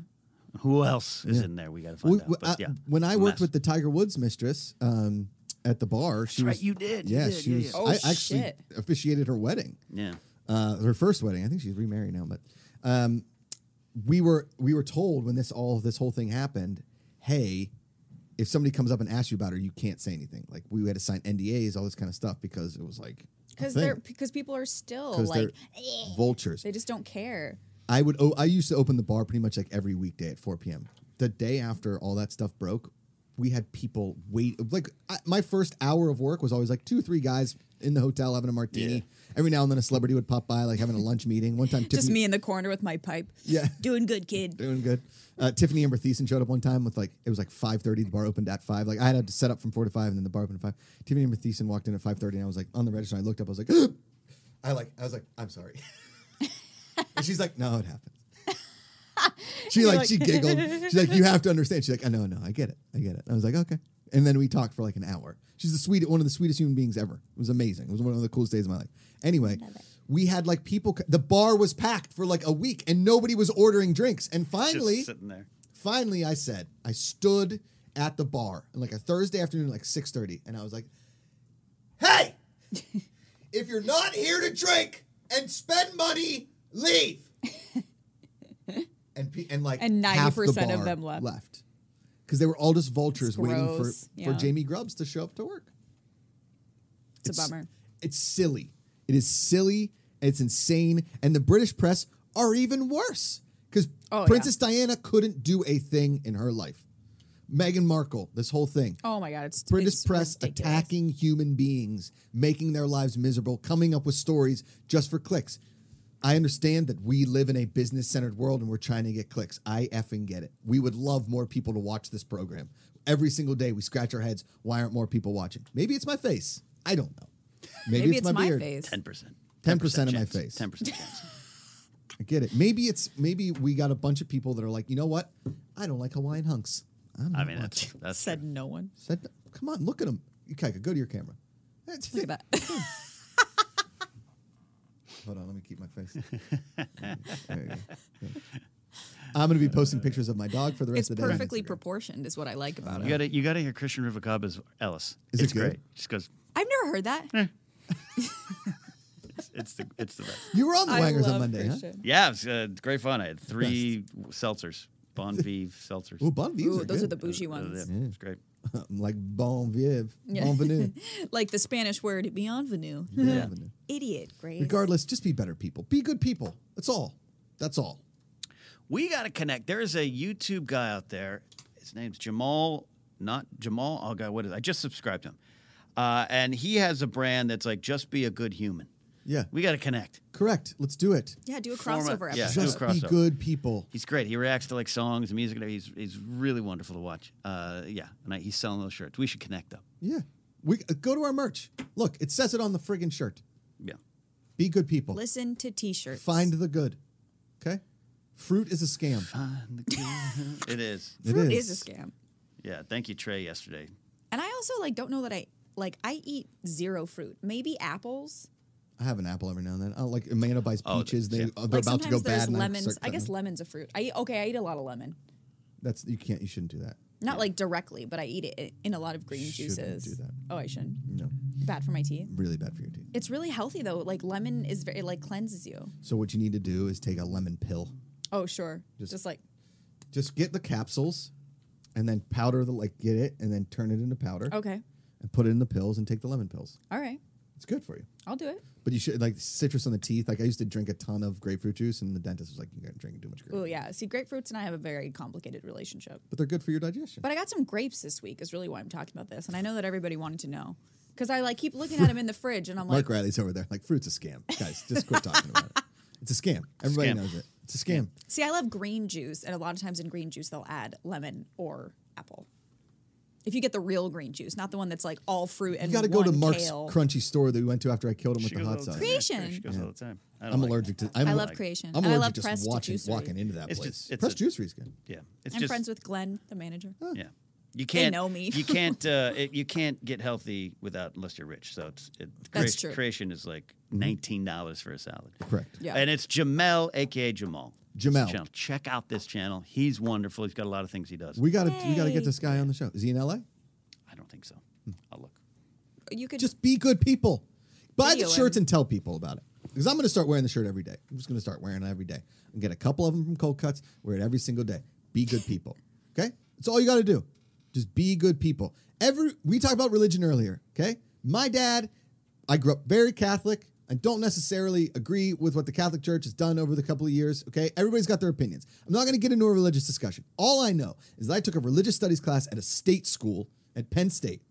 D: Who else is in there? We got to find
B: We-
D: out.
B: we-
D: But,
B: I-
D: yeah,
B: when I worked
D: mess.
B: with the Tiger Woods mistress um, at the bar, she
D: That's
B: was
D: right, you did. You
B: Yeah,
D: did,
B: she
D: yeah,
B: was.
D: yeah.
A: Oh,
B: I actually
A: shit.
B: officiated her wedding.
D: yeah,
B: uh, her first wedding. I think she's remarried now, but um, we were we were told when this all this whole thing happened, hey, if somebody comes up and asks you about her, you can't say anything. Like we had to sign NDAs, all this kind of stuff because it was like a
A: because
B: thing.
A: they're because people are still
B: 'Cause
A: like eh.
B: they're vultures.
A: they just don't care.
B: I would. Oh, I used to open the bar pretty much like every weekday at 4 p.m. The day after all that stuff broke, we had people wait. Like I, my first hour of work was always like two, three guys in the hotel having a martini. Every now and then, a celebrity would pop by, like having a lunch meeting. One time,
A: Just
B: Tiffany-
A: me in the corner with my pipe.
B: Yeah.
A: doing good, kid.
B: doing good. Uh, Tiffany Amber Thiessen showed up one time with like it was like five thirty. The bar opened at five. Like I had to set up from four to five, and then the bar opened at five. Tiffany Amber Thiessen walked in at five thirty, and I was like on the register. And I looked up. I was like, I like. I was like, I'm sorry. and she's like, No, it happens. She like, she giggled. She's like, You have to understand. She's like, I know, no, I get it, I get it. I was like, Okay. And then we talked for like an hour. She's the sweet, one of the sweetest human beings ever. It was amazing. It was one of the coolest days of my life. Anyway, we had like people. c- The bar was packed for like a week, and nobody was ordering drinks. And finally,
D: Just sitting there.
B: finally i said i stood at the bar and like a thursday afternoon like 6.30 and i was like hey if you're not here to drink and spend money leave and, pe- and like
A: And
B: half the
A: 90% of
B: bar
A: them left.
B: left because they were all just vultures
A: It's
B: waiting for,
A: gross,
B: for
A: yeah.
B: jamie grubbs to show up to work
A: It's, a bummer.
B: it's silly. It is silly. and It's insane. And the British press are even worse because
A: Oh, yeah.
B: Princess Diana couldn't do a thing in her life. Meghan Markle, this whole thing.
A: Oh my god, it's
B: British
A: it's
B: press
A: ridiculous.
B: attacking human beings, making their lives miserable, coming up with stories just for clicks. I understand that we live in a business centered world and we're trying to get clicks. I effing get it. We would love more people to watch this program. Every single day we scratch our heads. Why aren't more people watching? Maybe it's my face. I don't know. Maybe,
A: Maybe it's, my
B: beard.
A: face.
D: 10%.
B: 10% of my face.
D: 10% chance.
B: I get it. Maybe it's maybe we got a bunch of people that are like, you know what? I don't like Hawaiian hunks. I'm not
D: I mean,
B: watching.
D: that's, that's
A: Said no one.
B: Said, come on, look at them. Kaika, go to your camera.
A: Look at that.
B: Hold on, let me keep my face. There you go. Yeah. I'm going to be posting pictures of my dog for the rest
A: it's
B: of the day. on
A: perfectly
B: Instagram.
A: proportioned, is what I like about
D: You
A: it.
D: gotta, you gotta hear Christian Rubicaba's Ellis.
B: Is it
D: it's
B: good?
D: great. Just goes,
A: I've never heard that.
D: it's the, it's the best.
B: You were on the
A: I
B: Wangers on
A: love
B: Monday, huh?
A: Christian.
D: Yeah, it was, uh, great fun. I had three seltzers, Bon Vive seltzers.
B: Ooh, bon vives
A: Ooh,
B: are
A: those are
B: good.
A: the bougie
D: Uh,
A: ones.
D: yeah, It's great.
B: like bon vive,
A: Yeah.
B: bon venue.
A: Like the Spanish word bienvenue.
B: Bon venue.
A: Idiot, Grace.
B: Regardless, just be better people. Be good people. That's all. That's all.
D: We got to connect. There is a YouTube guy out there. His name's Jamal, not Jamal. Oh God, what is? It? I just subscribed to him, uh, and he has a brand that's like just be a good human.
B: Yeah.
D: We got to connect.
B: Correct. Let's do it.
A: Yeah, do a
D: Format-
A: crossover
D: yeah.
A: episode.
B: Just
D: do a
B: be
D: crossover.
B: good people.
D: He's great. He reacts to like songs and music. and He's he's really wonderful to watch. Uh, yeah, and I, he's selling those shirts. We should connect up.
B: Yeah. We uh, go to our merch. Look, it says it on the friggin' shirt.
D: Yeah,
B: Be good people.
A: Listen to t-shirts.
B: Find the good. Okay? Fruit is a scam.
D: it is.
B: It
A: Fruit
B: is.
A: is a scam.
D: Yeah, thank you, Trey. Yesterday,
A: And I also like don't know that I like I eat zero fruit. Maybe apples.
B: I have an apple every now and then. Oh, like Amanda buys
D: Oh,
B: peaches. They
D: yeah.
B: uh, they're
A: Like
B: about to go
A: sometimes there's
B: bad. and I
A: lemons.
B: start
A: I guess
B: cutting them.
A: lemons a fruit. I eat, okay, I eat a lot of lemon.
B: that's you can't. You shouldn't do that.
A: Not like directly, but I eat it in a lot of green
B: Shouldn't
A: juices.
B: do that.
A: Oh, I shouldn't.
B: No,
A: Bad for my teeth.
B: really bad for your teeth.
A: It's really healthy though. Like lemon is very like cleanses you.
B: So what you need to do is take a lemon pill.
A: Oh, sure.
B: Just-
A: Just, like
B: Just get the capsules, and then powder the like. Get it, and then turn it into powder,
A: okay.
B: and put it in the pills, and take the lemon pills.
A: All right.
B: It's good for you.
A: I'll do it.
B: But you should like citrus on the teeth. Like I used to drink a ton of grapefruit juice, and the dentist was like, "You're drinking too much grapefruit."
A: Oh yeah. See, grapefruits and I have a very complicated relationship.
B: But they're good for your digestion.
A: But I got some grapes this week is really why I'm talking about this. And I know that everybody wanted to know. Because I like keep looking at them in the fridge and I'm like,
B: Mark Riley's over there. Like fruit's a scam, guys. Just quit talking about it. It's a scam. Everybody
D: Scam.
B: knows it. It's a scam.
A: see, I love green juice, and a lot of times in green juice they'll add lemon or apple. If you get the real green juice, not the one that's like all fruit and
B: You got to go to
A: one
B: Mark's
A: kale.
B: crunchy store that we went to after I killed him
D: She
B: with the
D: goes
B: hot
D: all the
B: sauce.
D: time.
A: Creation.
D: Yeah, She goes all the time. I don't
B: I'm
D: like it.
B: allergic to. I'm
A: I love
B: allergic-
A: creation.
B: I'm
A: And I
B: allergic
A: love
B: just
A: pressed
B: watching,
A: juicery.
B: walking into that
D: It's
B: place.
D: just- it's
B: press
D: a-
B: juicery is good.
D: Yeah, it's
A: I'm
D: just
A: friends with Glenn, the manager.
B: Uh,
D: yeah. You can't
A: know me.
D: you can't uh, it, you can't get healthy without unless you're rich. So it's it,
A: That's
D: crea-
A: true.
D: Creation is like nineteen dollars for a salad.
B: Mm-hmm. Correct.
A: Yeah.
D: And it's Jamel, aka Jamal.
B: Jamel.
D: Channel. Check out this channel. He's wonderful. He's got a lot of things he does.
B: We got to. We got to get
A: Hey.
B: this guy on the show. Is he in L.A.?
D: I don't think so.
B: Hmm.
D: I'll look.
A: You could
B: Just be good people. Buy
A: Video
B: the shirts
A: him.
B: and tell people about it. Because I'm going to start wearing the shirt every day. I'm just going to start wearing it every day. And get a couple of them from Cold Cuts. Wear it every single day. Be good people. Okay. It's all you got to do. Just be good people. Every we talked about religion earlier, okay? My dad, I grew up very Catholic. I don't necessarily agree with what the Catholic Church has done over the couple of years, okay? Everybody's got their opinions. I'm not going to get into a religious discussion. All I know is that I took a religious studies class at a state school at Penn State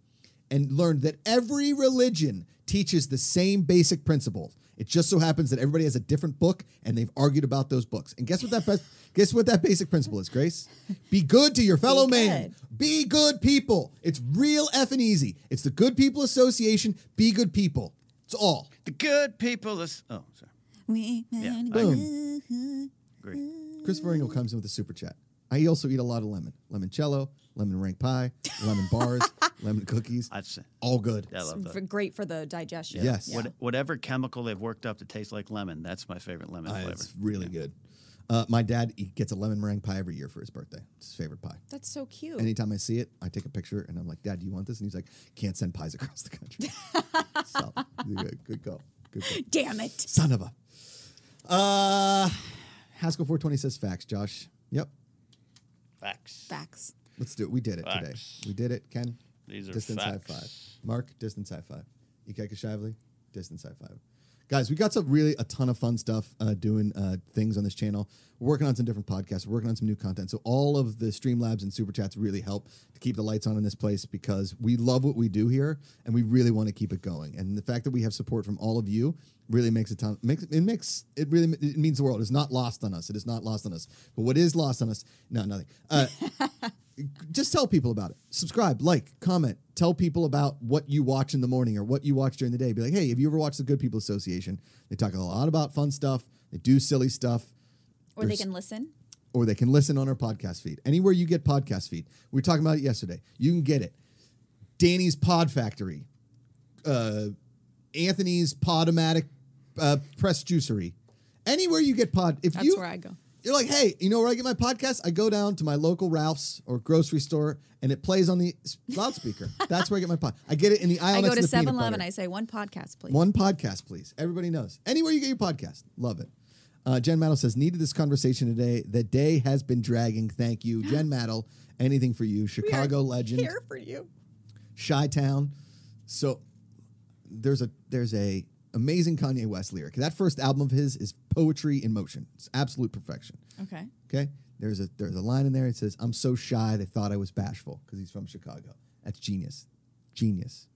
B: and learned that every religion teaches the same basic principles. It just so happens that everybody has a different book and they've argued about those books. And guess what that bas- guess what that basic principle is, Grace? Be good to your fellow man. Be good people. It's real effing easy. It's the Good People Association. Be good people. It's all.
D: The good people. Is, oh, sorry.
A: We
D: Yeah,
A: want
D: I
A: you.
D: Agree.
B: Christopher Engel comes in with a super chat. I also eat a lot of lemon. Limoncello, lemon rank pie, lemon bars, lemon cookies.
D: I'd say.
B: All good.
D: Yeah, I love
A: It's
D: that.
A: v- great for the digestion.
B: Yes.
A: Yeah.
D: What, whatever chemical they've worked up to taste like lemon, that's my favorite lemon
B: Uh,
D: flavor.
B: it's really good. Uh, my dad he gets a lemon meringue pie every year for his birthday. It's his favorite pie.
A: That's so cute.
B: Anytime I see it, I take a picture and I'm like, Dad, do you want this? And he's like, Can't send pies across the country. so, good, good call. Good call.
A: Damn it.
B: Son of a. Uh, Haskell 420 says facts, Josh. Yep.
D: Facts.
A: Facts.
B: Let's do it. We did it
D: Facts.
B: today. We did it. Ken,
D: These are
B: distance
D: facts.
B: high five. Mark, distance high five. Ikeka Shively, distance high five. Guys, we got some really a ton of fun stuff uh, doing uh, things on this channel. We're working on some different podcasts. We're working on some new content. So all of the Streamlabs and Super Chats really help to keep the lights on in this place because we love what we do here and we really want to keep it going. And the fact that we have support from all of you really makes a ton makes it makes it really it means the world. It's not lost on us. It is not lost on us. But what is lost on us? No, nothing. Uh, just tell people about it. Subscribe, like, comment, tell people about what you watch in the morning or what you watch during the day. Be like, hey, have you ever watched the Good People Association? They talk a lot about fun stuff. They do silly stuff,
A: Or they
B: There's-
A: can listen.
B: or they can listen on our podcast feed. Anywhere you get podcast feed, we were talking about it yesterday. You can get it. Danny's Pod Factory, uh, Anthony's Podomatic uh, Press Juicery. Anywhere you get pod, if
A: That's
B: you
A: where I go.
B: you're like, hey, you know where I get my podcast? I go down to my local Ralph's or grocery store, and it plays on the s- loudspeaker. That's where I get my pod. I get it in the aisle
A: I
B: next
A: go to
B: the peanut
A: 7 Eleven.
B: butter.
A: I say, one podcast, please.
B: One podcast, please. Everybody knows. Anywhere you get your podcast, love it. Uh, Jen Maddle says, needed this conversation today. The day has been dragging. Thank you, Jen Maddle. Anything for you,
A: We are
B: Chicago legend,
A: Here for you.
B: Chi Town. So there's a there's a amazing Kanye West lyric. That first album of his is poetry in motion. It's absolute perfection.
A: Okay.
B: Okay. There's a there's a line in there. It says, "I'm so shy they thought I was bashful" because he's from Chicago. That's genius, genius.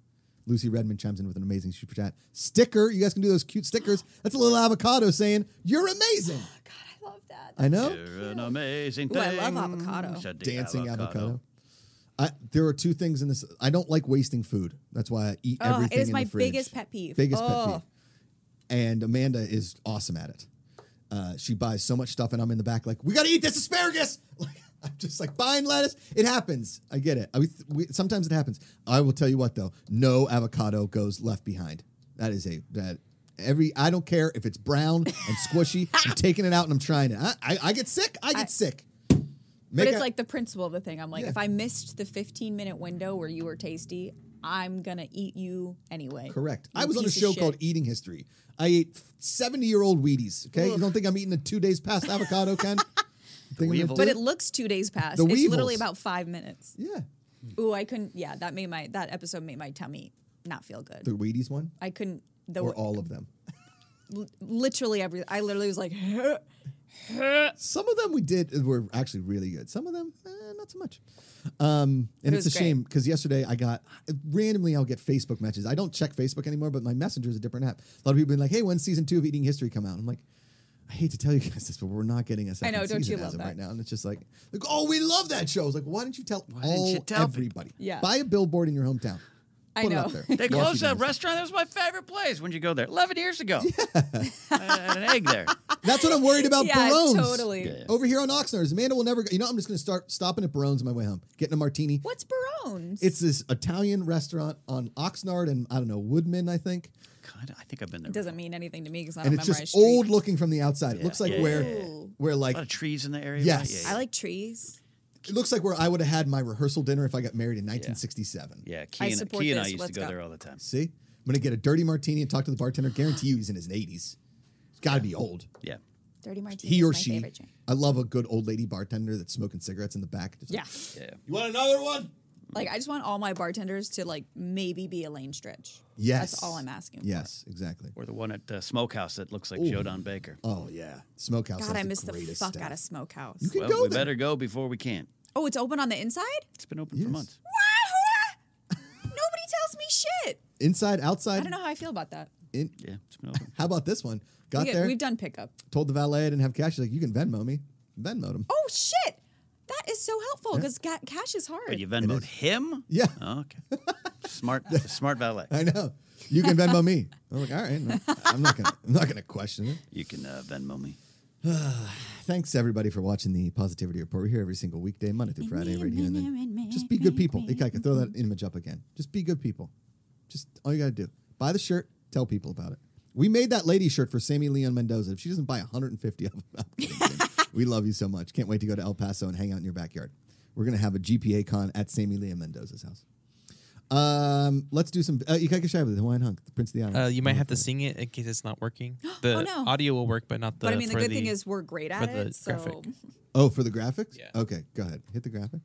B: Lucy Redmond chimes in with an amazing super chat sticker. You guys can do those cute stickers. That's a little avocado saying, "You're amazing."
A: God, I love that.
B: I know.
D: You're an amazing
A: Ooh,
D: thing.
A: I love avocado.
D: Said the
B: Dancing avocado. I, there are two things in this. I don't like wasting food. That's why I eat
A: Oh, it
B: everything.
A: is
B: in
A: my
B: the fridge.
A: biggest pet peeve.
B: Biggest
A: oh.
B: pet peeve. And Amanda is awesome at it. Uh, she buys so much stuff, and I'm in the back like, "We gotta eat this asparagus!" Like I'm just like buying lettuce. It happens. I get it. I, we, we, sometimes it happens. I will tell you what though, no avocado goes left behind. That is a that every. I don't care if it's brown and squishy. I'm taking it out and I'm trying it. I I, I get sick. I get
A: I-
B: sick.
A: But
B: Make
A: it's
B: a-
A: like the principle of the thing. I'm like,
B: Yeah.
A: if I missed the 15 minute window where you were tasty, I'm gonna eat you anyway.
B: Correct.
A: You
B: I was on a
A: piece of
B: show
A: shit.
B: called Eating History. I ate 70 year old Wheaties. Okay. You don't think I'm eating a two days past avocado, Ken? You think I'm gonna
D: Weevil.
B: do
A: But it looks two days past.
B: The
A: it's literally
B: Weevils. Mm.
A: about five minutes.
B: yeah.
A: Ooh, I couldn't. Yeah, that made my that episode made my tummy not feel good.
B: The Wheaties one
A: I couldn't. The
B: or all of them?
A: literally every. I literally was like,
B: Some of them we did uh, were actually really good. Some of them, eh, not so much. Um, and
A: It
B: it's a
A: was great.
B: shame because yesterday I got randomly I'll get Facebook messages. I don't check Facebook anymore, but my Messenger is a different app. A lot of people been like, "Hey, when's season two of Eating History come out?" I'm like, I hate to tell you guys this, but we're not getting a second
A: know, don't
B: season
A: you
B: as
A: love
B: of
A: that?
B: right now. And it's just like, like, oh, we love that show. It's like, why didn't you tell
D: didn't
B: all
D: you tell
B: everybody?
A: people? Yeah.
B: buy a billboard in your hometown.
A: I
B: Put it up
A: know.
B: there.
A: They
D: They
B: Watch
D: closed
B: Eating
D: that
B: History.
D: restaurant. That was my favorite place. When did you go there? 11 years ago. I had an egg there.
B: That's what I'm worried about.
A: yeah,
B: Barones.
A: totally.
B: Over here on Oxnard, Amanda will never go. You know, I'm just going to start stopping at Barone's on my way home, getting a martini.
A: What's Barones?
B: It's this Italian restaurant on Oxnard and I don't know Woodman, I think.
D: God, I think I've been there.
A: it doesn't
D: before.
A: mean anything to me because I don't
B: And it's
A: memorize
B: just
A: streets.
B: old looking from the outside. It
D: Yeah,
B: looks like
D: yeah,
B: where
D: yeah,
A: yeah.
B: where like
D: A lot of trees in the area.
B: Yes.
D: right? Yeah,
A: I
D: yeah.
A: like trees.
B: it looks like where I would have had my rehearsal dinner if I got married in 1967.
D: Yeah, Key
A: I
D: and,
A: support
D: Key and I
A: this.
D: used
A: Let's
D: to go,
A: go.
D: there all the time.
B: See? I'm going to get a dirty martini and talk to the bartender. Guarantee you he's in his 80s. He's got to be old.
D: Yeah.
G: Dirty martini.
B: He
G: is
B: or
G: my
B: she.
G: favorite drink.
B: I love a good old lady bartender that's smoking cigarettes in the back. Just like,
A: Yeah.
D: Yeah.
F: You want another one?
A: Like I just want all my bartenders to like maybe be Elaine Stritch.
B: Yes.
A: That's all I'm asking.
B: Yes, exactly.
D: Or the one at uh, Smokehouse that looks like
B: Ooh.
D: Jodan Baker.
B: Oh yeah, smokehouse.
A: For.
B: has
A: God, I miss the
B: greatest
A: fuck
B: staff.
A: out of Smokehouse.
B: You can
D: Well,
B: go
D: we
B: there.
D: better go before we can't.
A: oh, it's open on the inside.
D: It's been open
B: Yes.
D: for months.
A: What? Nobody tells me shit.
B: Inside,
A: I
B: outside.
A: don't know how I feel about that.
B: in-
D: Yeah, it's been open.
B: how about this one? Got
A: We get-
B: there.
A: we've done pickup.
B: told the valet I didn't have cash. She's like, you can Venmo me. Venmo him.
A: Oh shit, that is so helpful because cash is hard.
D: But you Venmoed
B: is.
D: him?
B: Yeah.
D: Oh, okay. Smart, smart valet.
B: I know. You can Venmo me. I'm like, all right. no, I'm not gonna. I'm not gonna question it.
D: You can uh, Venmo me.
B: Thanks everybody for watching the Positivity Report. We're here every single weekday, Monday through Friday, right here. And then just be good people. Ika, I can throw that image up again. Just be good people. Just all you gotta do. Buy the shirt. Tell people about it. We made that lady shirt for Sammy Leon Mendoza. If she doesn't buy 150 of them, I'm kidding. we love you so much. Can't wait to go to El Paso and hang out in your backyard. We're gonna have a GPA con at Sammy Leon Mendoza's house. Um, let's do some. Uh, Ika Kashaiba, the Hawaiian hunk, the Prince of the Island.
E: Uh, you might have to sing it in case it's not working. The
A: Oh, no.
E: audio will work, but not the.
A: but I mean, the
E: for
A: good thing is we're great at
E: the
A: it. So
E: graphic.
B: oh, for the graphics.
E: Yeah.
B: Okay, go ahead. Hit the graphic.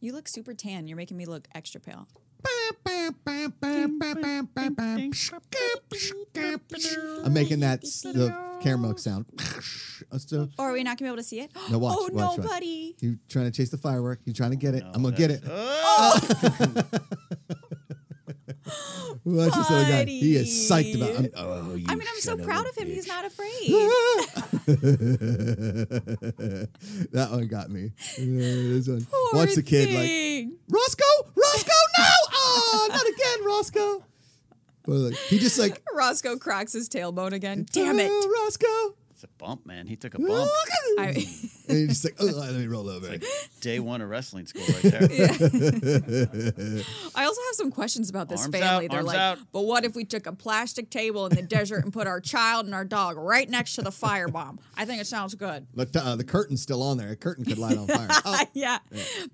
A: you look super tan. You're making me look extra pale.
B: I'm making that s- the camera sound. So
A: Or Oh, are we not gonna be able to see it?
B: No, watch,
A: oh
B: watch, watch.
A: no, buddy.
B: you trying to chase the firework? You trying to get it? I'm gonna get it. Watch this other guy. He is psyched about. I'm, oh, you
A: I mean, I'm so
B: son of
A: proud
B: a
A: of him. He's
B: bitch.
A: not afraid.
B: that one got me. Yeah, this one. Watch
A: Poor
B: the kid like
A: thing.
B: Roscoe, Roscoe, no! Oh, not again, Roscoe. But like, he just like
A: Roscoe cracks his tailbone again. Damn it.
B: "Oh, Roscoe.
D: It's a bump, man. He took a bump.
A: I,
B: and he's just like, oh, let me roll over.
D: Like day one of wrestling school, right there.
A: I also have some questions about this
D: Arms
A: family.
D: out,
A: They're
D: arms
A: like,
D: out.
A: but what if we took a plastic table in the desert and put our child and our dog right next to the firebomb? I think it sounds good.
B: But uh, the curtain's still on there. A curtain could light on fire. Oh,
A: yeah.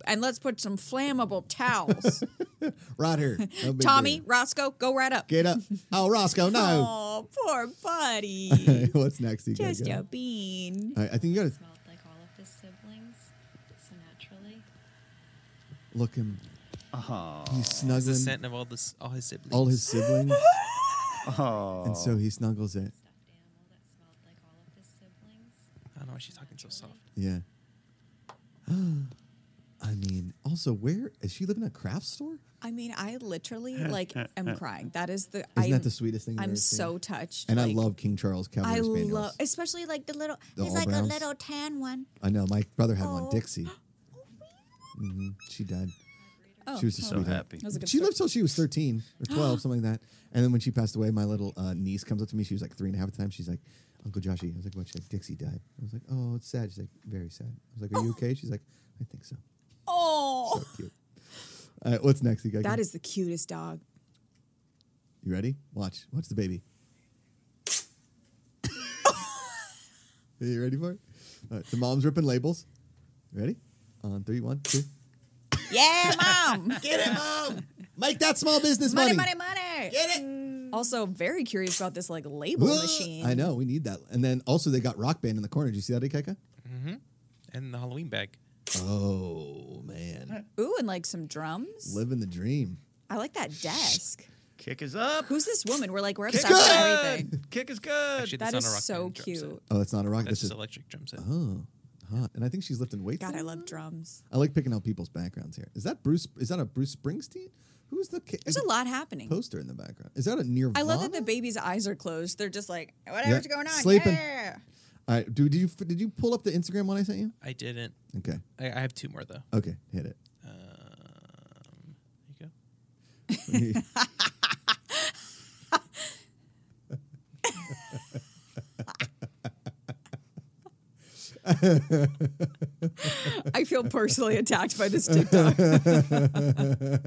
A: And let's put some flammable towels.
B: Oh, right here. No big
A: Tommy,
B: deal.
A: Roscoe, go right up.
B: get up. Oh, Roscoe, no.
A: Oh, poor buddy.
B: What's next? You gotta
A: Just
B: go.
A: a bean.
B: All right, I think you gotta
H: smelled like all of his siblings, so naturally.
B: look him.
D: Oh,
B: He's
E: It's the
B: snuggling
E: scent of all this, all his siblings.
B: all his siblings,
D: oh.
B: and so he snuggles it.
H: Stuffed animal that smelled like all of his siblings.
E: I don't know why she's talking so soft.
B: Yeah. I mean, also, where is she living? in A craft store?
A: I mean, I literally like am crying. That is the
B: Isn't
A: I'm,
B: that the sweetest thing? you've
A: I'm
B: ever seen?
A: so touched.
B: And I
A: Like,
B: love King Charles Cavalier
A: I
B: Spaniels.
A: love especially like the little
B: The
A: he's
B: all
A: like
B: browns.
A: a little tan one.
B: I know. My brother had one,
A: Oh.
B: Dixie. hmm She died.
A: Oh,
B: She was a
D: So
B: sweetheart.
D: happy.
A: That was a good
B: She
A: story.
B: lived till she was 13 or 12, something like that. And then when she passed away, my little uh, niece comes up to me. She was like three and a half at the time. She's like, Uncle Joshy. I was like, what? She's like, Dixie died. I was like, oh, it's sad. She's like, very sad. I was like, are you okay? She's like, I think so.
A: Oh,
B: So cute. All right, what's next? You got
A: that is the cutest dog.
B: You ready? Watch. Watch the baby. Are you ready for it? All right, so mom's ripping labels. Ready? On three, one, two.
A: Yeah, mom.
B: Get it, mom! Make that small business
A: money,
B: money.
A: money, money. Mm.
B: Get it.
A: Also, very curious about this like label machine.
B: I know we need that. And then also they got Rock Band in the corner. Did you see that, Ikeka?
E: And the Halloween bag.
B: Oh man,
A: Ooh, and like some drums.
B: living the dream.
A: I like that desk.
D: Kick is up.
A: Who's this woman? We're like we're
D: Kick
A: obsessed
D: is
A: with
D: good.
A: everything.
D: Kick is good.
E: Actually,
A: That
E: that's
A: is
E: not a rock
A: so
E: band drum set.
A: cute. Uh-huh.
B: Oh, that's not a rock.
E: That's
B: That's
E: just
B: just
E: electric drum set.
B: oh hot. And I think she's lifting weights.
A: God, I
B: there.
A: love drums.
B: I like picking out people's backgrounds here. Is that Bruce? Is that a Bruce Springsteen? Who's the ki-
A: There's a lot happening.
B: poster in the background? Is that a Nirvana?
A: I love that the baby's eyes are closed. They're just like whatever's
B: Yeah,
A: going on.
B: sleeping.
A: Yeah.
B: All right, dude, did you did you pull up the Instagram one I sent you?
E: I didn't.
B: Okay,
E: I, I have two more though.
B: okay, hit it.
E: Um, here you go.
A: I feel personally attacked by this TikTok. Dude,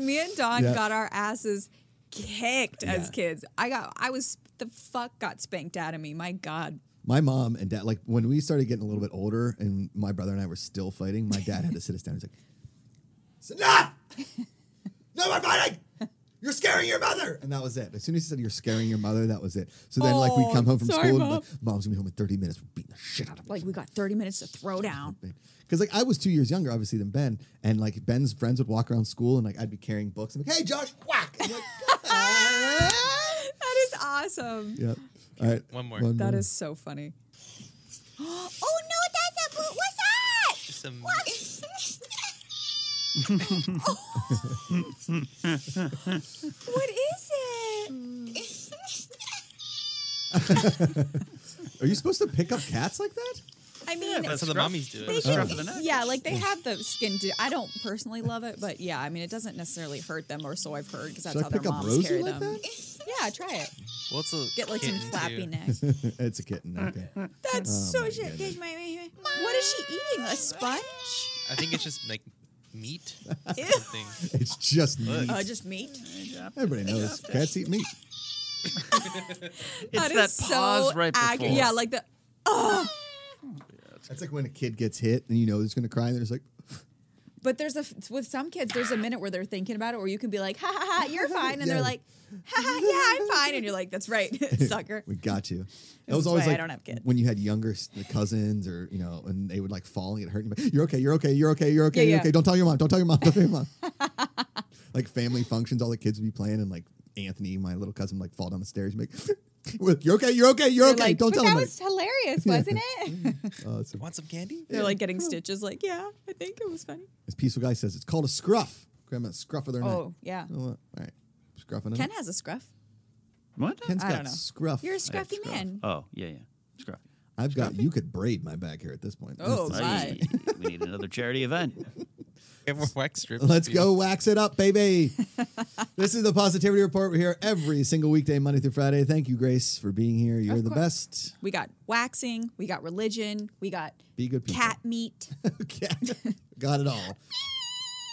A: me and Don
B: Yeah.
A: got our asses kicked as kids. I got I was the fuck got spanked out of me. My god.
B: My mom and dad, like when we started getting a little bit older, and my brother and I were still fighting. My dad had to sit us down. He's like, "It's enough! No more fighting! You're scaring your mother! And that was it. As soon as he said, You're scaring your mother, that was it. So then, like,
A: Oh,
B: we'd come home from
A: sorry,
B: school and
A: Mom.
B: like, Mom's gonna be home in 30 minutes. We're beating the shit out of
A: Like we got 30 minutes to throw down.
B: Because, like, I was two years younger, obviously, than Ben. And, like, Ben's friends would walk around school and, like, I'd be carrying books. and be like, Hey, Josh, whack! And, like,
A: that is awesome.
B: yeah. All right.
E: One more.
A: That is so funny. oh no, that's a boot. What's
E: Just some-
A: that? What is it?
B: Are you supposed to pick up cats like that?
A: I mean,
E: that's how the
D: Scruff-
E: mommies do
D: put a
E: it.
D: scruff of the neck.
A: yeah, like they have the skin. To, I don't personally love it, but yeah, I mean, it doesn't necessarily hurt them, or so I've heard, because that's
B: Should I
A: how their
B: pick up
A: moms
B: Rosie
A: carry
B: like
A: them.
B: that?
A: Yeah, try it.
E: Well, it's a
A: Get like
E: kitten,
A: some
E: too.
A: flappy neck.
B: it's a kitten. Okay.
A: That's so
B: my
A: shit.
B: goodness.
A: What is she eating? A sponge?
E: I think it's just like meat.
A: Ew.
E: something.
B: It's just meat.
A: Uh, just meat.
B: Everybody knows cats eat meat.
D: It's that,
A: is
D: pause right before.
A: accurate. Yeah, like the.
B: That's like when a kid gets hit and you know he's gonna cry and they're just like,
A: But there's a f- with some kids, there's a minute where they're thinking about it, or you can be like, ha ha ha, you're fine, and
B: Yeah.
A: they're like, ha ha, yeah, I'm fine, and you're like, that's right, sucker.
B: "We got you." That
A: This
B: was
A: is
B: always
A: why I
B: like
A: don't have kids.
B: when you had younger s- cousins or you know, and they would like fall and get hurt. And you'd be like, you're okay. You're okay. You're okay. You're okay.
A: Yeah,
B: you're
A: yeah.
B: okay. Don't tell your mom. Don't tell your mom. Don't tell your mom. like family functions, all the kids would be playing, and like Anthony, my little cousin, would, like fall down the stairs. And be like, "You're okay. You're okay. You're
A: They're
B: okay.
A: like,
B: don't
A: but
B: tell
A: that
B: anybody."
A: was hilarious, wasn't it?
B: Oh, it's a-
E: Want some candy?
A: they're like getting stitches, like, yeah, I think it was funny.
B: this peaceful guy says it's called a scruff. Grab a scruff of their neck.
A: Oh yeah,
B: Oh, all right, scruffing.
A: Ken
B: it.
A: has a scruff.
D: What?
B: Ken's
A: I
B: got
A: don't know.
B: scruff.
A: You're a
D: I have
A: scruffy
D: scruff.
A: man.
D: Oh yeah, yeah, scruff.
B: I've got. You could braid my back hair at this point. That's
A: Oh,
B: the-
A: my.
D: Aye. we need another charity event.
E: Get more wax strips.
B: Let's
E: too.
B: go wax it up, baby. this is the Positivity Report. We're here every single weekday, Monday through Friday. Thank you, Grace, for being here. You're the
A: course.
B: best.
A: We got waxing, we got religion, we got
B: Be good people.
A: cat meat.
B: Cat. Got it all.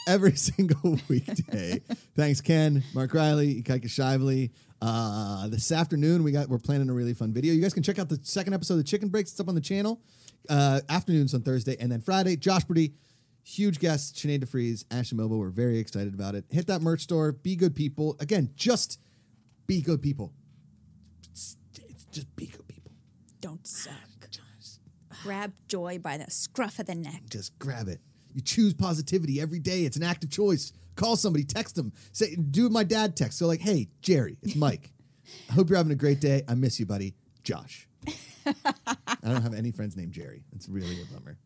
B: Every single weekday. Thanks, Ken, Mark Riley, Ikaika Shively. Uh, this afternoon, we got we're planning a really fun video. You guys can check out the second episode of Chicken Breaks. It's up on the channel. Uh, afternoons on Thursday and then Friday. Josh Brady, huge guest, Sinead DeFries, Ashley Mobo. We're very excited about it. Hit that merch store. Be good people. Again, just be good people. Just- just be good people.
A: don't suck. Grab joy by the scruff of the neck.
B: just grab it. You choose positivity every day. It's an active choice. Call somebody, text them, say, do what my dad text. So like, hey, Jerry, it's Mike. I hope you're having a great day. I miss you, buddy. Josh. I don't have any friends named Jerry. It's really a bummer.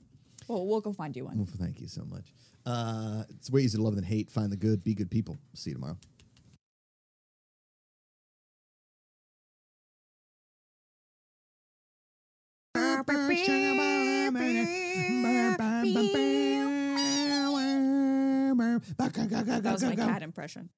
A: Well, we'll go find you one.
B: Well, thank you so much. Uh, it's way easier to love than hate. Find the good. Be good people. See you tomorrow.
A: That was my cat impression.